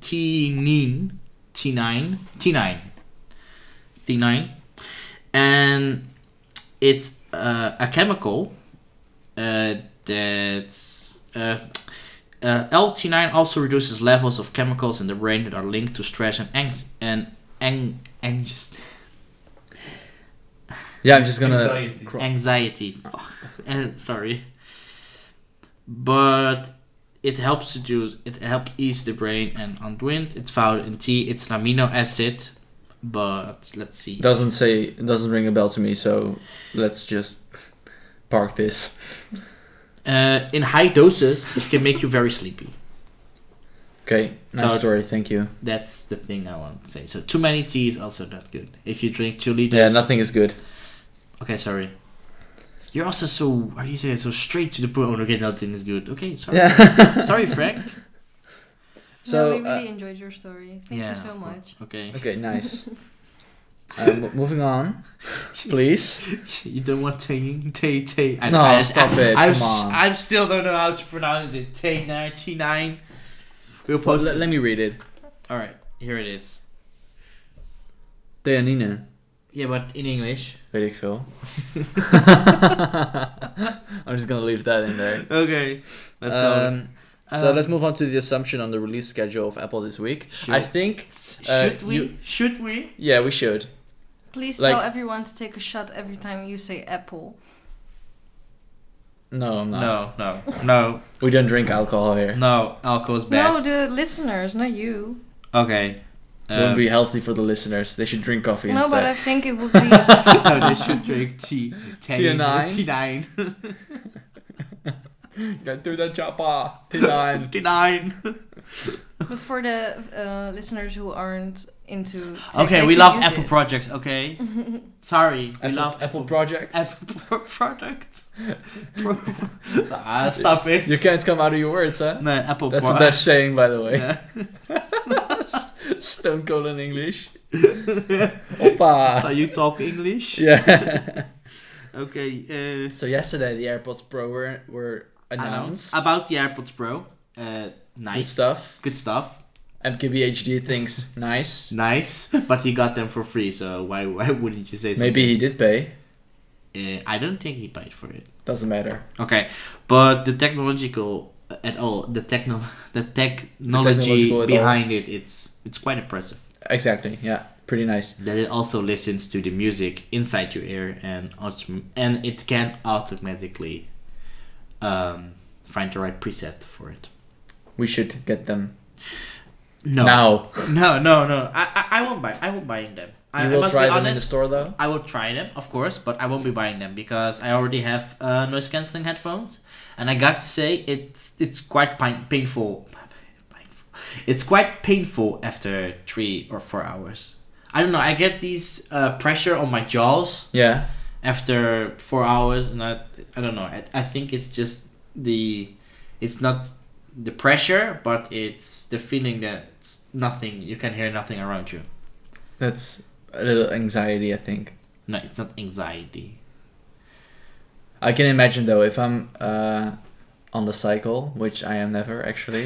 Speaker 2: T nine T nine T nine T nine, and it's uh, a chemical uh, that's. Uh, uh, LT9 also reduces levels of chemicals in the brain that are linked to stress and angst and ang- angst-
Speaker 1: Yeah, I'm just gonna.
Speaker 4: Anxiety.
Speaker 1: cro-
Speaker 2: anxiety. Fuck. And sorry. But it helps reduce. It helps ease the brain and unwind. It's found in tea. It's an amino acid. But let's see.
Speaker 1: doesn't say doesn't ring a bell to me. So let's just park this.
Speaker 2: Uh, in high doses, it can make you very sleepy.
Speaker 1: Okay, nice
Speaker 2: So-
Speaker 1: story. Thank you.
Speaker 2: That's the thing I want to say. So too many tea is also not good. If you drink two liters.
Speaker 1: Yeah, nothing is good.
Speaker 2: Okay, sorry. You're also so. How do you say it? So straight to the point. Oh, okay, nothing is good. Okay, sorry.
Speaker 1: Yeah.
Speaker 2: sorry, Frank.
Speaker 1: So,
Speaker 3: no, we really
Speaker 1: uh,
Speaker 3: enjoyed your story. Thank
Speaker 2: yeah,
Speaker 3: you so
Speaker 2: of course.
Speaker 3: much.
Speaker 2: Okay.
Speaker 1: Okay, nice. uh, mo- moving on, please.
Speaker 2: You don't want Tay Tay Tay.
Speaker 1: No, stop it,
Speaker 2: I,
Speaker 1: come on.
Speaker 2: I still don't know how to pronounce it. Tay nine T nine. We'll
Speaker 1: Well,
Speaker 2: post.
Speaker 1: let, let me read it.
Speaker 2: All right, here it is.
Speaker 1: Theanine,
Speaker 2: Yeah, but in English.
Speaker 1: weet ik veel. I'm just gonna leave that in there.
Speaker 2: Okay, let's
Speaker 1: um, So
Speaker 2: Um,
Speaker 1: let's move on to the assumption on the release schedule of Apple this week.
Speaker 2: Sure.
Speaker 1: I think, uh,
Speaker 2: Should we?
Speaker 1: you-
Speaker 2: Should we?
Speaker 1: yeah, we should.
Speaker 3: Please
Speaker 1: Like-
Speaker 3: tell everyone to take a shot every time you say apple.
Speaker 1: No, I'm not.
Speaker 2: No, no, no,
Speaker 1: We don't drink alcohol here.
Speaker 2: no. Alcohol's
Speaker 3: No,
Speaker 2: bad.
Speaker 3: the listeners, not you.
Speaker 2: Okay.
Speaker 1: It wouldn't
Speaker 2: Um,
Speaker 1: be healthy for the listeners. They should drink coffee
Speaker 3: no, but I
Speaker 1: instead.
Speaker 3: think it would be.
Speaker 2: no, they should drink tea. Tay
Speaker 1: nine?
Speaker 2: T nine.
Speaker 1: Get through that chopper. T9.
Speaker 2: T nine.
Speaker 3: but for the uh, listeners who aren't into. tech,
Speaker 2: Okay,
Speaker 3: they
Speaker 2: we
Speaker 3: could
Speaker 2: love
Speaker 3: use
Speaker 2: Apple
Speaker 3: it.
Speaker 2: projects. Okay. Sorry, we
Speaker 1: Apple,
Speaker 2: love
Speaker 1: Apple projects.
Speaker 2: Apple product. ah, stop it.
Speaker 1: You can't come out of your words, huh?
Speaker 2: no, Apple
Speaker 1: That's a
Speaker 2: pro-
Speaker 1: Dutch saying, by the way.
Speaker 2: Yeah.
Speaker 1: Stone cold in English. Opa.
Speaker 2: So you talk English?
Speaker 1: yeah.
Speaker 2: Okay. Uh,
Speaker 1: so yesterday the AirPods Pro were were announced.
Speaker 2: About the AirPods Pro. Uh, nice
Speaker 1: Good stuff.
Speaker 2: Good stuff.
Speaker 1: MKBHD thinks nice.
Speaker 2: Nice, but he got them for free, so why why wouldn't you say something?
Speaker 1: Maybe he did pay.
Speaker 2: Uh, I don't think he paid for it.
Speaker 1: Doesn't matter.
Speaker 2: Okay, but the technological uh, at all the techno the technology
Speaker 1: technological at all.
Speaker 2: behind it it's it's quite impressive
Speaker 1: Exactly. Yeah. Pretty nice.
Speaker 2: that it also listens to the music inside your ear and autom- and it can automatically um, find the right preset for it.
Speaker 1: We should get them
Speaker 2: No,
Speaker 1: now.
Speaker 2: no, no, no. I, I, I won't buy. I won't buy them. I,
Speaker 1: you
Speaker 2: I
Speaker 1: will
Speaker 2: must
Speaker 1: try
Speaker 2: be
Speaker 1: them in the
Speaker 2: honest.
Speaker 1: store though.
Speaker 2: I will try them, of course, but I won't be buying them because I already have uh, noise cancelling headphones, and I got to say it's it's quite pain- painful. Painful. It's quite painful after three or four hours. I don't know. I get these uh, pressure on my jaws
Speaker 1: Yeah.
Speaker 2: after four hours, and I I don't know. I, I think it's just the it's not the pressure, but it's the feeling that it's nothing. You can hear nothing around you.
Speaker 1: That's a little anxiety, I think.
Speaker 2: No, it's not anxiety.
Speaker 1: I can imagine though if I'm uh, on the cycle, which I am never actually.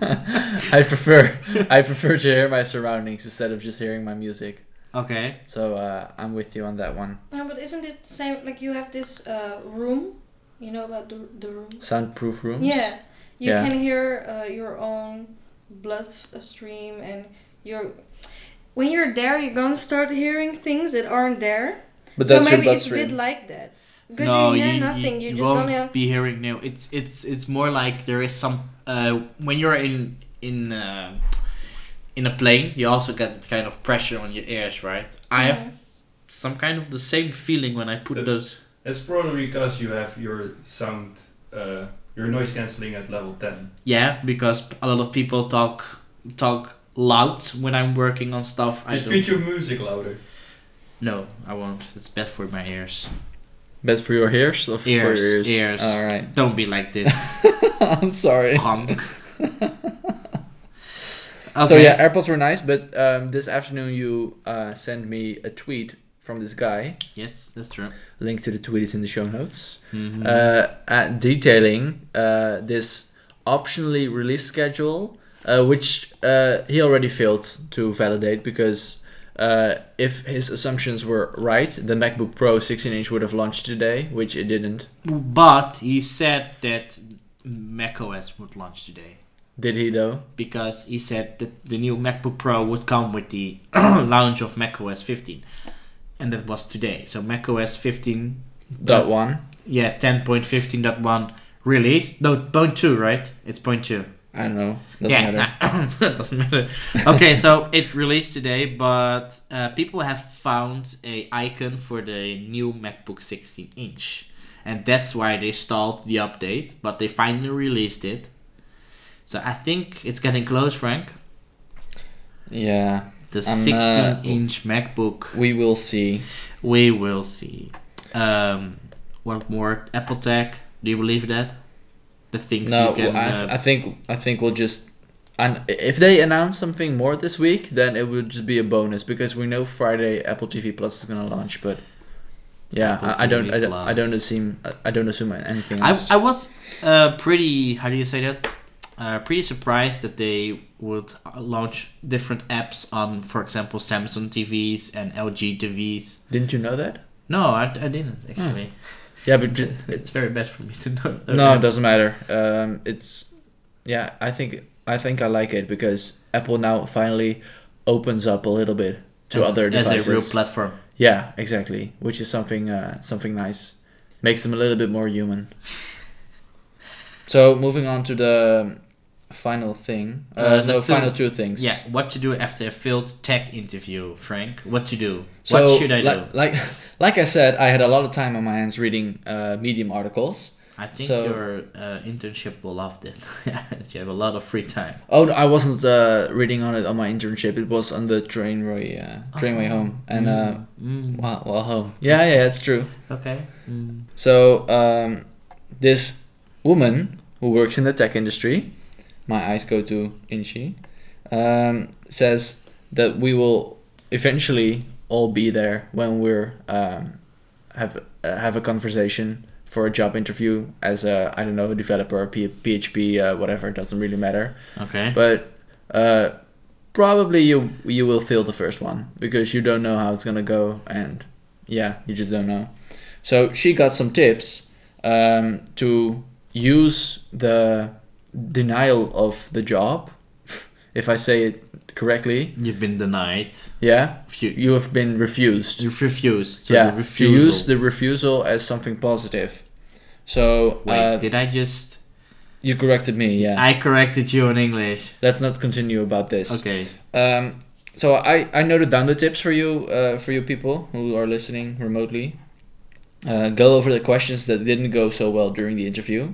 Speaker 1: I prefer I prefer to hear my surroundings instead of just hearing my music.
Speaker 2: Okay.
Speaker 1: So uh, I'm with you on that one.
Speaker 3: No, but isn't it the same? Like you have this uh, room, you know about the the room.
Speaker 1: Soundproof rooms.
Speaker 3: Yeah, you
Speaker 1: Yeah.
Speaker 3: can hear uh, your own blood f- uh, stream, and your when you're there, you're gonna start hearing things that aren't there.
Speaker 1: But
Speaker 3: so
Speaker 1: that's your
Speaker 3: maybe it's a
Speaker 1: bloodstream.
Speaker 3: bit like that because you hear nothing. You, are just
Speaker 2: won't
Speaker 3: gonna
Speaker 2: be hearing new. It's it's it's more like there is some uh, when you're in in uh, in a plane, you also get that kind of pressure on your ears, right? I
Speaker 3: Yeah.
Speaker 2: have
Speaker 3: Mm-hmm.
Speaker 2: some kind of the same feeling when I put
Speaker 4: Uh,
Speaker 2: those.
Speaker 4: That's probably because you have your sound, uh, your noise cancelling at level 10.
Speaker 2: Yeah, because a lot of people talk talk loud when I'm working on stuff. I
Speaker 4: Just
Speaker 2: don't.
Speaker 4: put your music louder.
Speaker 2: No, I won't. It's bad for my ears.
Speaker 1: Best for your ears or for your
Speaker 2: Ears,
Speaker 1: ears?
Speaker 2: ears.
Speaker 1: All right.
Speaker 2: Don't be like this,
Speaker 1: I'm sorry.
Speaker 2: punk.
Speaker 1: So yeah, AirPods were nice, but um, this afternoon you uh, sent me a tweet from this guy.
Speaker 2: Yes, that's true.
Speaker 1: Link to the tweet is in the show notes.
Speaker 2: Mhm.
Speaker 1: Uh, uh, detailing uh, this optionally release schedule, uh, which uh, he already failed to validate because uh, if his assumptions were right, the MacBook Pro 16-inch would have launched today, which it didn't.
Speaker 2: But he said that macOS would launch today
Speaker 1: Did he though?
Speaker 2: because he said that the new MacBook Pro would come with the launch of macOS 15, and that was today. So macOS 15,
Speaker 1: That one.
Speaker 2: yeah, 10.15.1 released. No, point two, right? It's point two.
Speaker 1: I don't know. Doesn't
Speaker 2: yeah,
Speaker 1: matter.
Speaker 2: nah, that doesn't matter. Okay, so it released today, but uh, people have found a icon for the new MacBook 16 inch, and that's why they stalled the update. But they finally released it, so I think it's getting close, Frank.
Speaker 1: Yeah,
Speaker 2: The
Speaker 1: I'm,
Speaker 2: 16
Speaker 1: uh,
Speaker 2: inch MacBook.
Speaker 1: we will see.
Speaker 2: We will see. Um, what more? Apple Tech. Do you believe that? The things
Speaker 1: No,
Speaker 2: you can.
Speaker 1: I,
Speaker 2: uh,
Speaker 1: I think I think we'll just and if they announce something more this week, then it will just be a bonus because we know Friday Apple TV Plus is gonna launch. But yeah,
Speaker 2: Apple
Speaker 1: I, I don't
Speaker 2: TV
Speaker 1: I, don't- I don't
Speaker 2: Plus.
Speaker 1: assume I- I don't assume anything.
Speaker 2: I,
Speaker 1: Else.
Speaker 2: I was uh, pretty how do you say that uh, pretty surprised that they would uh, launch different apps on for example samsung tvs and lg tvs
Speaker 1: Didn't you know that?
Speaker 2: no i, I didn't actually
Speaker 1: Yeah, but Hmm. ju-
Speaker 2: it's very bad for me to know
Speaker 1: no, it doesn't matter. Um, it's yeah, I think I think I like it because Apple now finally opens up a little bit to
Speaker 2: as,
Speaker 1: other devices.
Speaker 2: as a real platform
Speaker 1: yeah, exactly, which is something uh, something nice. Makes them a little bit more human. so moving on to the final thing, uh,
Speaker 2: Uh, the
Speaker 1: no,
Speaker 2: thing-
Speaker 1: final two things.
Speaker 2: yeah what to do after a failed tech interview frank what to do
Speaker 1: So,
Speaker 2: what should i
Speaker 1: li-
Speaker 2: do
Speaker 1: Like, like I said, I had a lot of time on my hands reading uh, Medium articles.
Speaker 2: i think
Speaker 1: so-
Speaker 2: your uh, internship will love that you have a lot of free time
Speaker 1: Oh, no, I wasn't uh, reading on it on my internship. It was on the trainway, uh, trainway home, and uh,
Speaker 2: Oh. Mm,
Speaker 1: while while home. Yeah, yeah, that's true.
Speaker 2: okay Mm.
Speaker 1: So um, this woman who works in the tech industry, my eyes go to Inchi, um, says that we will eventually all be there when we're um, have uh, have a conversation for a job interview as a I don't know a developer, P- PHP, uh, whatever. It doesn't really matter.
Speaker 2: okay
Speaker 1: But uh, probably you you will fail the first one because you don't know how it's gonna go, and yeah, you just don't know. So she got some tips um, to use the denial of the job, if I say it correctly.
Speaker 2: You've been denied.
Speaker 1: Yeah,
Speaker 2: Few-
Speaker 1: you have been refused
Speaker 2: You've refused. So
Speaker 1: yeah,
Speaker 2: the
Speaker 1: to use
Speaker 2: refusal-
Speaker 1: the refusal as something positive. So
Speaker 2: Wait,
Speaker 1: uh,
Speaker 2: did I just?
Speaker 1: you corrected me. Yeah,
Speaker 2: I corrected you in English.
Speaker 1: let's not continue about this.
Speaker 2: Okay.
Speaker 1: Um, so I I noted down the tips for you uh, for you people who are listening remotely. Uh, go over the questions that didn't go so well during the interview.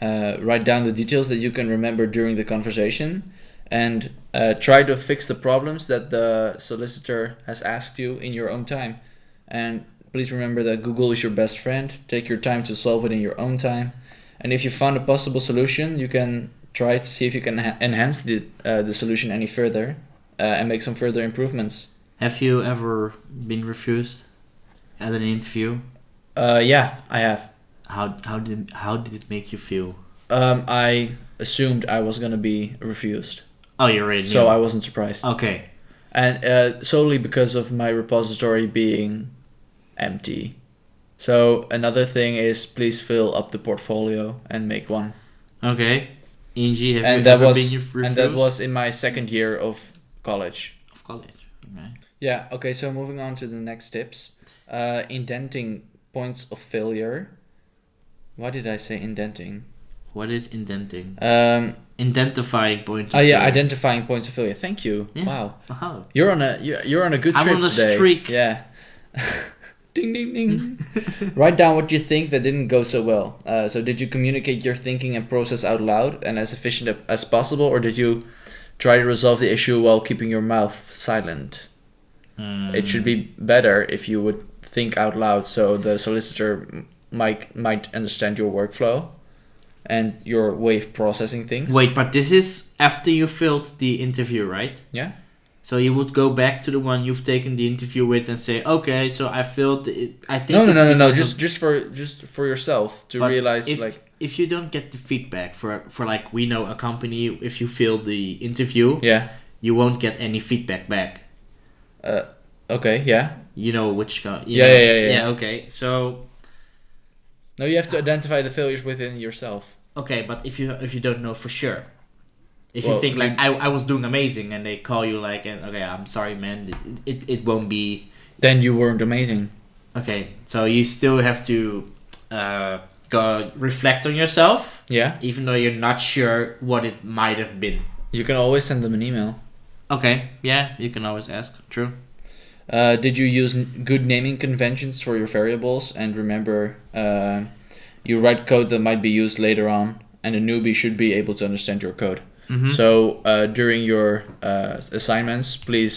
Speaker 1: Uh, write down the details that you can remember during the conversation, and uh, try to fix the problems that the solicitor has asked you in your own time. And please remember that Google is your best friend. Take your time to solve it in your own time. And if you found a possible solution, you can try to see if you can ha- enhance the uh, the solution any further uh, and make some further improvements.
Speaker 2: Have you ever been refused at an interview?
Speaker 1: Uh, yeah, I have.
Speaker 2: How how did how did it make you feel?
Speaker 1: Um, I assumed I was gonna be refused,
Speaker 2: Oh, you're already
Speaker 1: so
Speaker 2: knew.
Speaker 1: I wasn't surprised.
Speaker 2: okay.
Speaker 1: and uh, solely because of my repository being empty. So another thing is please fill up the portfolio and make one.
Speaker 2: Okay. Inji, have you
Speaker 1: and that
Speaker 2: ever
Speaker 1: was
Speaker 2: been ref- refused?
Speaker 1: and that was in my second year of college.
Speaker 2: of college. Okay.
Speaker 1: Yeah, okay, so moving on to the next tips. Uh, indenting points of failure. Why did I say indenting?
Speaker 2: What is indenting?
Speaker 1: Um,
Speaker 2: Identifying point.
Speaker 1: oh yeah,
Speaker 2: identify.
Speaker 1: identifying points of failure. Thank you.
Speaker 2: Yeah.
Speaker 1: Wow.
Speaker 2: Oh.
Speaker 1: You're on a you're, you're on a good
Speaker 2: I'm
Speaker 1: trip
Speaker 2: on a
Speaker 1: today.
Speaker 2: streak.
Speaker 1: Yeah. ding ding ding. Write down what you think that didn't go so well. Uh, so did you communicate your thinking and process out loud and as efficient as possible, or did you try to resolve the issue while keeping your mouth silent? It should
Speaker 2: Mm.
Speaker 1: be better if you would think out loud, so the solicitor m- might might understand your workflow and your way of processing things.
Speaker 2: Wait, but this is after you filled the interview, right?
Speaker 1: Yeah.
Speaker 2: So you would go back to the one you've taken the interview with and say, "Okay, so I filled. It. I think."
Speaker 1: No, no,
Speaker 2: it's
Speaker 1: no, no, no.
Speaker 2: because
Speaker 1: Just
Speaker 2: of
Speaker 1: just for just for yourself to
Speaker 2: But
Speaker 1: realize
Speaker 2: if,
Speaker 1: like
Speaker 2: if you don't get the feedback for for like we know a company if you fail the interview
Speaker 1: yeah.
Speaker 2: you won't get any feedback back
Speaker 1: Uh, okay. Yeah.
Speaker 2: you know which co- you
Speaker 1: Yeah,
Speaker 2: know-
Speaker 1: yeah, yeah, yeah.
Speaker 2: okay so
Speaker 1: No, you have to identify the failures within yourself.
Speaker 2: okay but if you if you don't know for sure if
Speaker 1: Well,
Speaker 2: you think
Speaker 1: then-
Speaker 2: like I, I was doing amazing and they call you like and okay I'm sorry man it, it won't be
Speaker 1: Then you weren't amazing.
Speaker 2: okay so you still have to uh, go reflect on yourself
Speaker 1: Yeah.
Speaker 2: even though you're not sure what it might have been
Speaker 1: You can always send them an email.
Speaker 2: okay yeah you can always ask true
Speaker 1: Uh, did you use n- good naming conventions for your variables? And remember, uh, you write code that might be used later on, and a newbie should be able to understand your code.
Speaker 2: Mhm.
Speaker 1: So uh, during your uh, assignments, please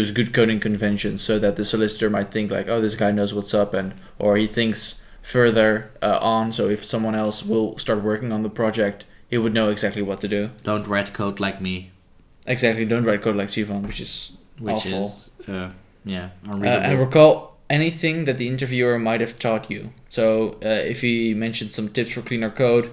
Speaker 1: use good coding conventions so that the solicitor might think like, oh, this guy knows what's up, and or he thinks further uh, on. So if someone else will start working on the project, he would know exactly what to do.
Speaker 2: don't red code like me,
Speaker 1: Exactly. Don't write code like Sivan, which is
Speaker 2: which
Speaker 1: Awful.
Speaker 2: is uh, yeah
Speaker 1: Uh, and
Speaker 2: unreadable.
Speaker 1: recall anything that the interviewer might have taught you. So uh, if he mentioned some tips for cleaner code,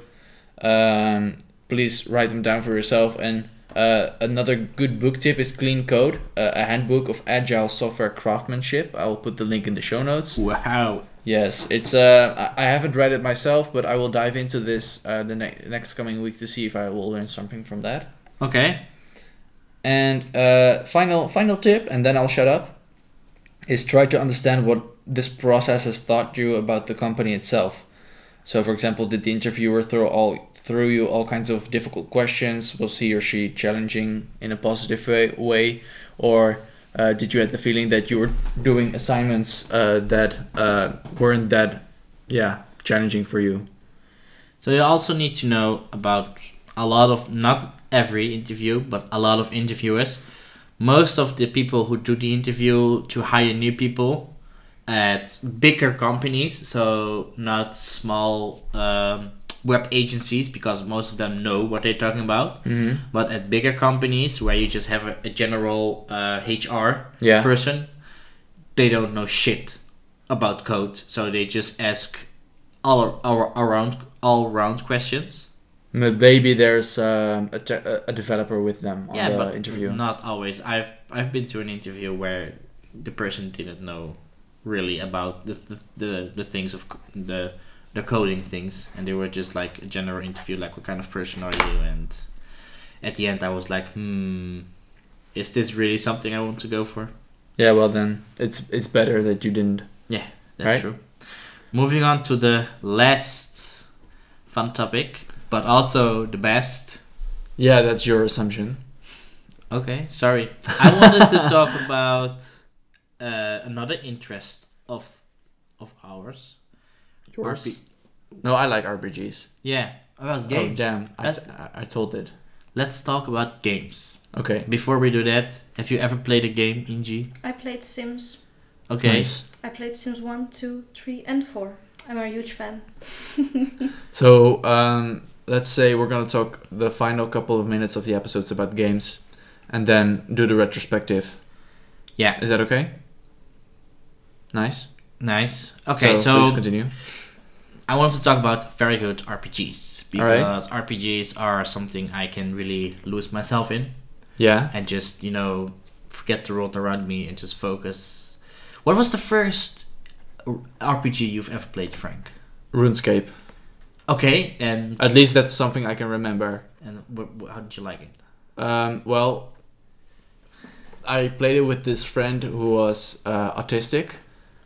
Speaker 1: um, please write them down for yourself. And uh, another good book tip is Clean Code, uh, a handbook of agile software craftsmanship. I'll put the link in the show notes.
Speaker 2: wow,
Speaker 1: Yes, it's. Uh, I I haven't read it myself, but I will dive into this uh, the ne- next coming week to see if I will learn something from that.
Speaker 2: okay,
Speaker 1: And uh, final final tip, and then I'll shut up, is try to understand what this process has taught you about the company itself. So, for example, did the interviewer throw all through you all kinds of difficult questions? Was he or she challenging in a positive way, way? or uh, did you have the feeling that you were doing assignments uh, that uh, weren't that, yeah, challenging for you?
Speaker 2: so you also need to know about a lot of not every interview, but a lot of interviewers. Most of the people who do the interview to hire new people at bigger companies, so not small um, web agencies, because most of them know what they're talking about.
Speaker 1: Mm-hmm.
Speaker 2: But at bigger companies where you just have a, a general uh, HR
Speaker 1: Yeah.
Speaker 2: person, they don't know shit about code, so they just ask all, all, all around all round questions.
Speaker 1: M- Maybe there's um, a, te- a a developer with them on
Speaker 2: yeah,
Speaker 1: the
Speaker 2: but
Speaker 1: interview.
Speaker 2: not always. I've I've been to an interview where the person didn't know really about the the, the, the things of c- the the coding things, and they were just like a general interview, like what kind of person are you? And at the end, I was like, hmm, is this really something I want to go for?
Speaker 1: Yeah, well then it's it's better that you didn't.
Speaker 2: That's
Speaker 1: Right.
Speaker 2: true. Moving on to the last fun topic, but also the best.
Speaker 1: Yeah, that's your assumption.
Speaker 2: Okay, sorry. I wanted to talk about uh, another interest of of ours. Yours?
Speaker 1: No, I like RPGs.
Speaker 2: Yeah, about
Speaker 1: Oh
Speaker 2: games.
Speaker 1: damn, I,
Speaker 2: That's-
Speaker 1: I I told it.
Speaker 2: Let's talk about games.
Speaker 1: Okay.
Speaker 2: Before we do that, have you ever played a game, Inji?
Speaker 3: I played Sims.
Speaker 2: Okay.
Speaker 1: Nice.
Speaker 3: I played Sims 1, 2, 3, and 4. I'm a huge fan.
Speaker 1: So um, let's say we're gonna talk the final couple of minutes of the episodes about games, and then do the retrospective.
Speaker 2: Yeah.
Speaker 1: Is that okay? Nice.
Speaker 2: Nice. Okay,
Speaker 1: so
Speaker 2: so,
Speaker 1: please continue.
Speaker 2: I want to talk about very good RPGs
Speaker 1: Alright.
Speaker 2: because RPGs are something I can really lose myself in.
Speaker 1: Yeah.
Speaker 2: and just you know forget the world around me and just focus what was the first rpg you've ever played frank
Speaker 1: RuneScape.
Speaker 2: okay and
Speaker 1: At least that's something I can remember.
Speaker 2: and wh- wh- how did you like it
Speaker 1: Um, well, I played it with this friend who was uh, autistic,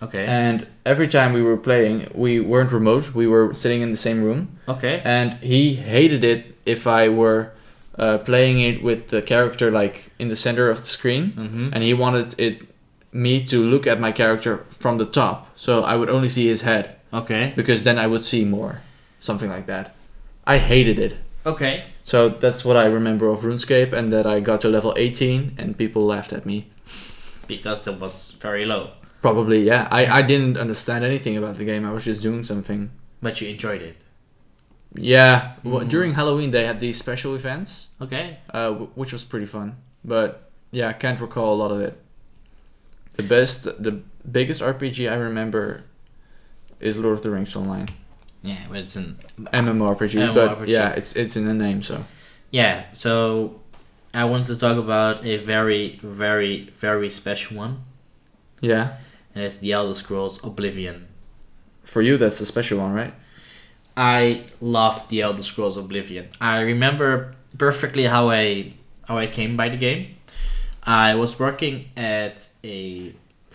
Speaker 2: okay
Speaker 1: and every time we were playing, we weren't remote. We were sitting in the same room,
Speaker 2: okay
Speaker 1: and he hated it if I were uh, playing it with the character like in the center of the screen,
Speaker 2: mm-hmm.
Speaker 1: and he wanted it me to look at my character from the top, so I would only see his head
Speaker 2: okay
Speaker 1: because then I would see more, something like that. I hated it.
Speaker 2: okay
Speaker 1: So that's what I remember of RuneScape, and that I got to level 18, and people laughed at me.
Speaker 2: because that was very low
Speaker 1: Probably, yeah. I, I didn't understand anything about the game. I was just doing something.
Speaker 2: but you enjoyed it
Speaker 1: Yeah. Well,
Speaker 2: Mm.
Speaker 1: During Halloween, they had these special events,
Speaker 2: okay
Speaker 1: uh, w- which was pretty fun. But yeah, I can't recall a lot of it. The best, the biggest RPG I remember is Lord of the Rings Online,
Speaker 2: yeah but it's an
Speaker 1: MMORPG. But
Speaker 2: MMORPG.
Speaker 1: yeah, it's it's in the name, so
Speaker 2: yeah so i want to talk about a very very very special one
Speaker 1: yeah.
Speaker 2: and it's the elder scrolls oblivion
Speaker 1: For you, that's a special one, right?
Speaker 2: I love The Elder Scrolls Oblivion. I remember perfectly how I how I came by the game. I was working at a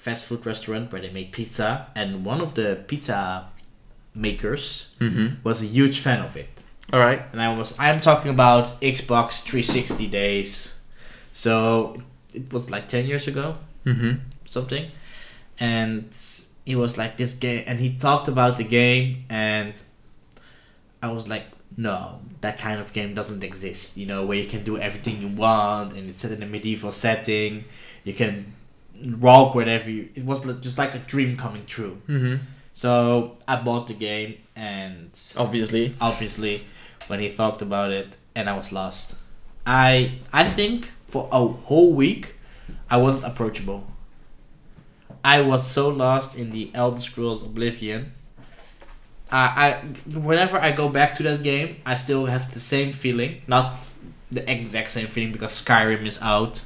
Speaker 2: fast food restaurant where they make pizza, and one of the pizza makers
Speaker 1: Mm-hmm.
Speaker 2: was a huge fan of it.
Speaker 1: All right.
Speaker 2: And I was I'm talking about Xbox 360 days. So it was like 10 years ago
Speaker 1: Mm-hmm.
Speaker 2: something and he was like this game and he talked about the game and i was like no that kind of game doesn't exist you know where you can do everything you want and it's set in a medieval setting you can walk wherever you it was li- just like a dream coming true
Speaker 1: Mm-hmm.
Speaker 2: so i bought the game and
Speaker 1: Obviously.
Speaker 2: obviously when he talked about it and i was lost i i think for a whole week i wasn't approachable i was so lost in the elder scrolls oblivion I, I whenever i go back to that game i still have the same feeling not the exact same feeling because skyrim is out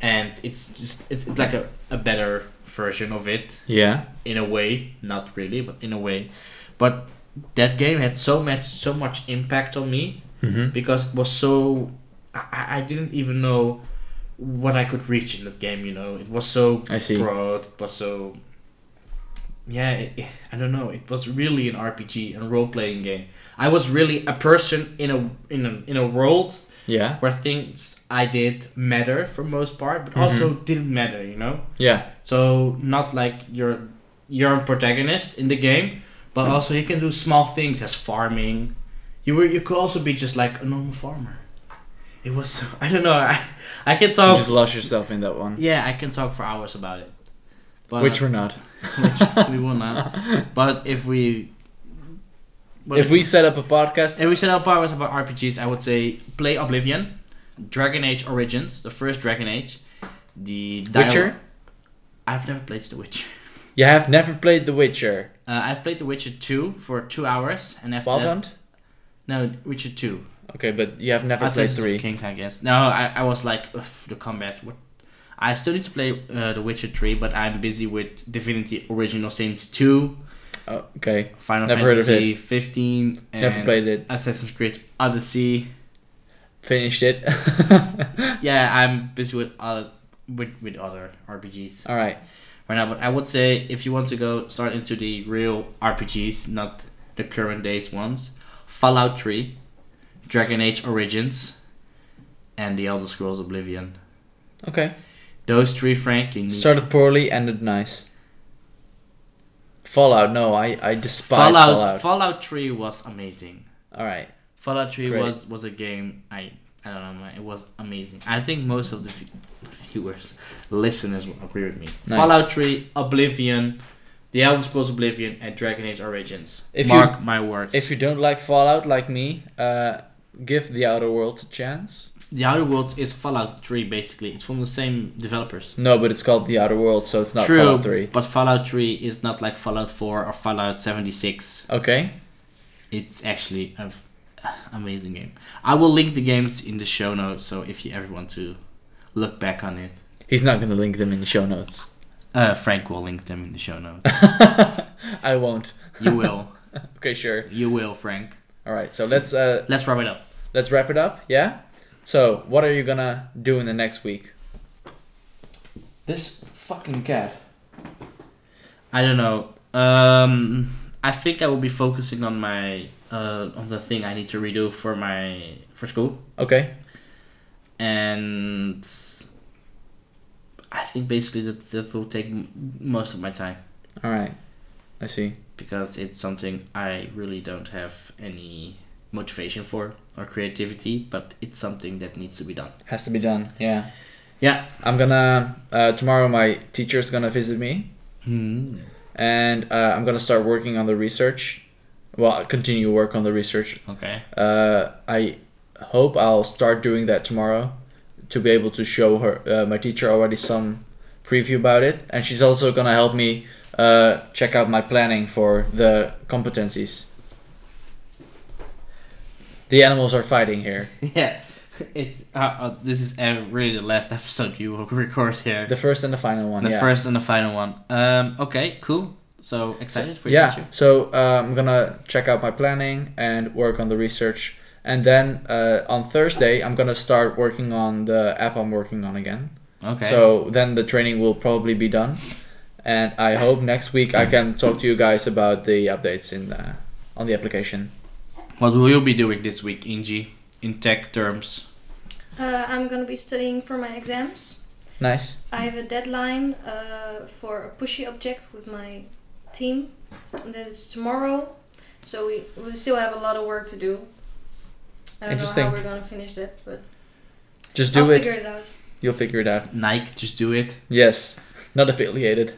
Speaker 2: and it's just it's, it's like a, a better version of it
Speaker 1: Yeah.
Speaker 2: in a way not really but in a way but that game had so much so much impact on me
Speaker 1: Mm-hmm.
Speaker 2: because it was so i, I- I didn't even know what i could reach in that game you know it was so
Speaker 1: I see.
Speaker 2: broad it was so yeah it, it- i don't know it was really an rpg and role-playing game i was really a person in a in a in a world
Speaker 1: Yeah.
Speaker 2: where things i did matter for most part but also didn't matter you know
Speaker 1: Yeah.
Speaker 2: so not like you're you're a protagonist in the game, but
Speaker 1: Hmm.
Speaker 2: also you can do small things as farming. You were you could also be just like a normal farmer. It was I don't know I I can
Speaker 1: You
Speaker 2: talk
Speaker 1: just lost yourself in that one.
Speaker 2: yeah I can talk for hours about it. But
Speaker 1: Which we're not.
Speaker 2: which we will not. But if we but
Speaker 1: If we set up a podcast,
Speaker 2: if we set up powers about RPGs, I would say play Oblivion, Dragon Age Origins, the first Dragon Age, the dial-
Speaker 1: Witcher?
Speaker 2: I've never played The Witcher.
Speaker 1: you have never played The Witcher.
Speaker 2: Uh, I've played The Witcher 2 for two hours, and after
Speaker 1: Wild
Speaker 2: that,
Speaker 1: Hunt?
Speaker 2: No, Witcher two.
Speaker 1: Okay, but you have never played
Speaker 2: Assassin's
Speaker 1: three.
Speaker 2: Kings, I guess. No, I, I was like "Ugh, the combat. What? I still need to play uh, The Witcher three, but I'm busy with Divinity Original Sins two,
Speaker 1: Oh, okay,
Speaker 2: Final
Speaker 1: Never heard of
Speaker 2: Fantasy fifteen, and
Speaker 1: never played it.
Speaker 2: Assassin's Creed Odyssey.
Speaker 1: Finished it.
Speaker 2: Yeah, I'm busy with other with with other RPGs
Speaker 1: All right.
Speaker 2: right now. But I would say if you want to go start into the real RPGs, not the current days ones, Fallout three, Dragon Age Origins, and The Elder Scrolls Oblivion.
Speaker 1: Okay.
Speaker 2: Those three, Frank, you need.
Speaker 1: Started poorly, ended nice. Fallout. No, I I despise
Speaker 2: Fallout,
Speaker 1: Fallout.
Speaker 2: Fallout. three was amazing.
Speaker 1: All right.
Speaker 2: Fallout three
Speaker 1: Great.
Speaker 2: was was a game I. I don't know, man, it was amazing. I think most of the vi- viewers, listeners will agree with me.
Speaker 1: Nice.
Speaker 2: Fallout 3, Oblivion, The Elder Scrolls Oblivion, and Dragon Age Origins.
Speaker 1: If you-
Speaker 2: Mark my words.
Speaker 1: If you don't like Fallout, like me, uh, give The Outer Worlds a chance.
Speaker 2: The Outer Worlds is Fallout 3, basically. It's from the same developers.
Speaker 1: No, but it's called The Outer Worlds, so it's not
Speaker 2: True,
Speaker 1: Fallout Three.
Speaker 2: but Fallout 3 is not like Fallout 4 or Fallout 76.
Speaker 1: Okay.
Speaker 2: It's actually an amazing game. I will link the games in the show notes, so if you ever want to look back on it,
Speaker 1: He's not gonna link them in the show notes.
Speaker 2: uh, Frank will link them in the show notes.
Speaker 1: I won't.
Speaker 2: you will.
Speaker 1: Okay, sure.
Speaker 2: You will, Frank.
Speaker 1: All right. So let's uh
Speaker 2: Let's wrap it up.
Speaker 1: let's wrap it up. Yeah. So what are you gonna do in the next week? This fucking cat.
Speaker 2: I don't know. Um, I think I will be focusing on my uh, on the thing I need to redo for my for school,
Speaker 1: Okay.
Speaker 2: and I think basically that that will take m- most of my time
Speaker 1: All right. I see.
Speaker 2: because it's something I really don't have any motivation for or creativity, but it's something that needs to be done.
Speaker 1: Has to be done. Yeah.
Speaker 2: Yeah.
Speaker 1: I'm gonna uh, tomorrow. My teacher's gonna visit me,
Speaker 2: Hmm.
Speaker 1: and uh, I'm gonna start working on the research. Well, continue work on the research.
Speaker 2: Okay.
Speaker 1: Uh, I hope I'll start doing that tomorrow to be able to show her uh, my teacher already some preview about it, and she's also gonna help me uh, check out my planning for the competencies. The animals are fighting here.
Speaker 2: yeah. It's uh, uh, this is uh, really the last episode you will record here.
Speaker 1: The first and the final one.
Speaker 2: the
Speaker 1: yeah.
Speaker 2: first and the final one. Um, okay, cool. So excited for
Speaker 1: yeah.
Speaker 2: your teacher.
Speaker 1: So uh, I'm gonna check out my planning and work on the research, and then uh, on Thursday I'm gonna start working on the app I'm working on again.
Speaker 2: Okay.
Speaker 1: So then the training will probably be done, and I hope next week I can talk to you guys about the updates in the, on the application.
Speaker 2: what will you be doing this week, Inji? In tech terms.
Speaker 3: Uh, I'm gonna be studying for my exams.
Speaker 1: Nice.
Speaker 3: I have a deadline uh, for a pushy object with my team. And that is tomorrow. So we, we still have a lot of work to do. I don't know
Speaker 1: Interesting.
Speaker 3: how we're gonna finish that, but
Speaker 1: Just do
Speaker 3: I'll
Speaker 1: it.
Speaker 3: figure it out.
Speaker 1: You'll figure it out.
Speaker 2: Nike, just do it.
Speaker 1: Yes. Not affiliated.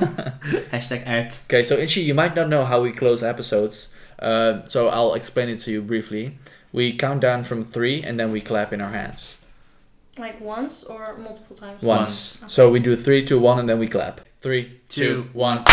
Speaker 2: Hashtag ad.
Speaker 1: Okay, so Inchi, you might not know how we close episodes, uh, so I'll explain it to you briefly. We count down from three and then we clap in our hands
Speaker 3: Like once or multiple times.
Speaker 1: once. So we do three, two, one, and then we clap. Three,
Speaker 2: Two,
Speaker 1: two, one.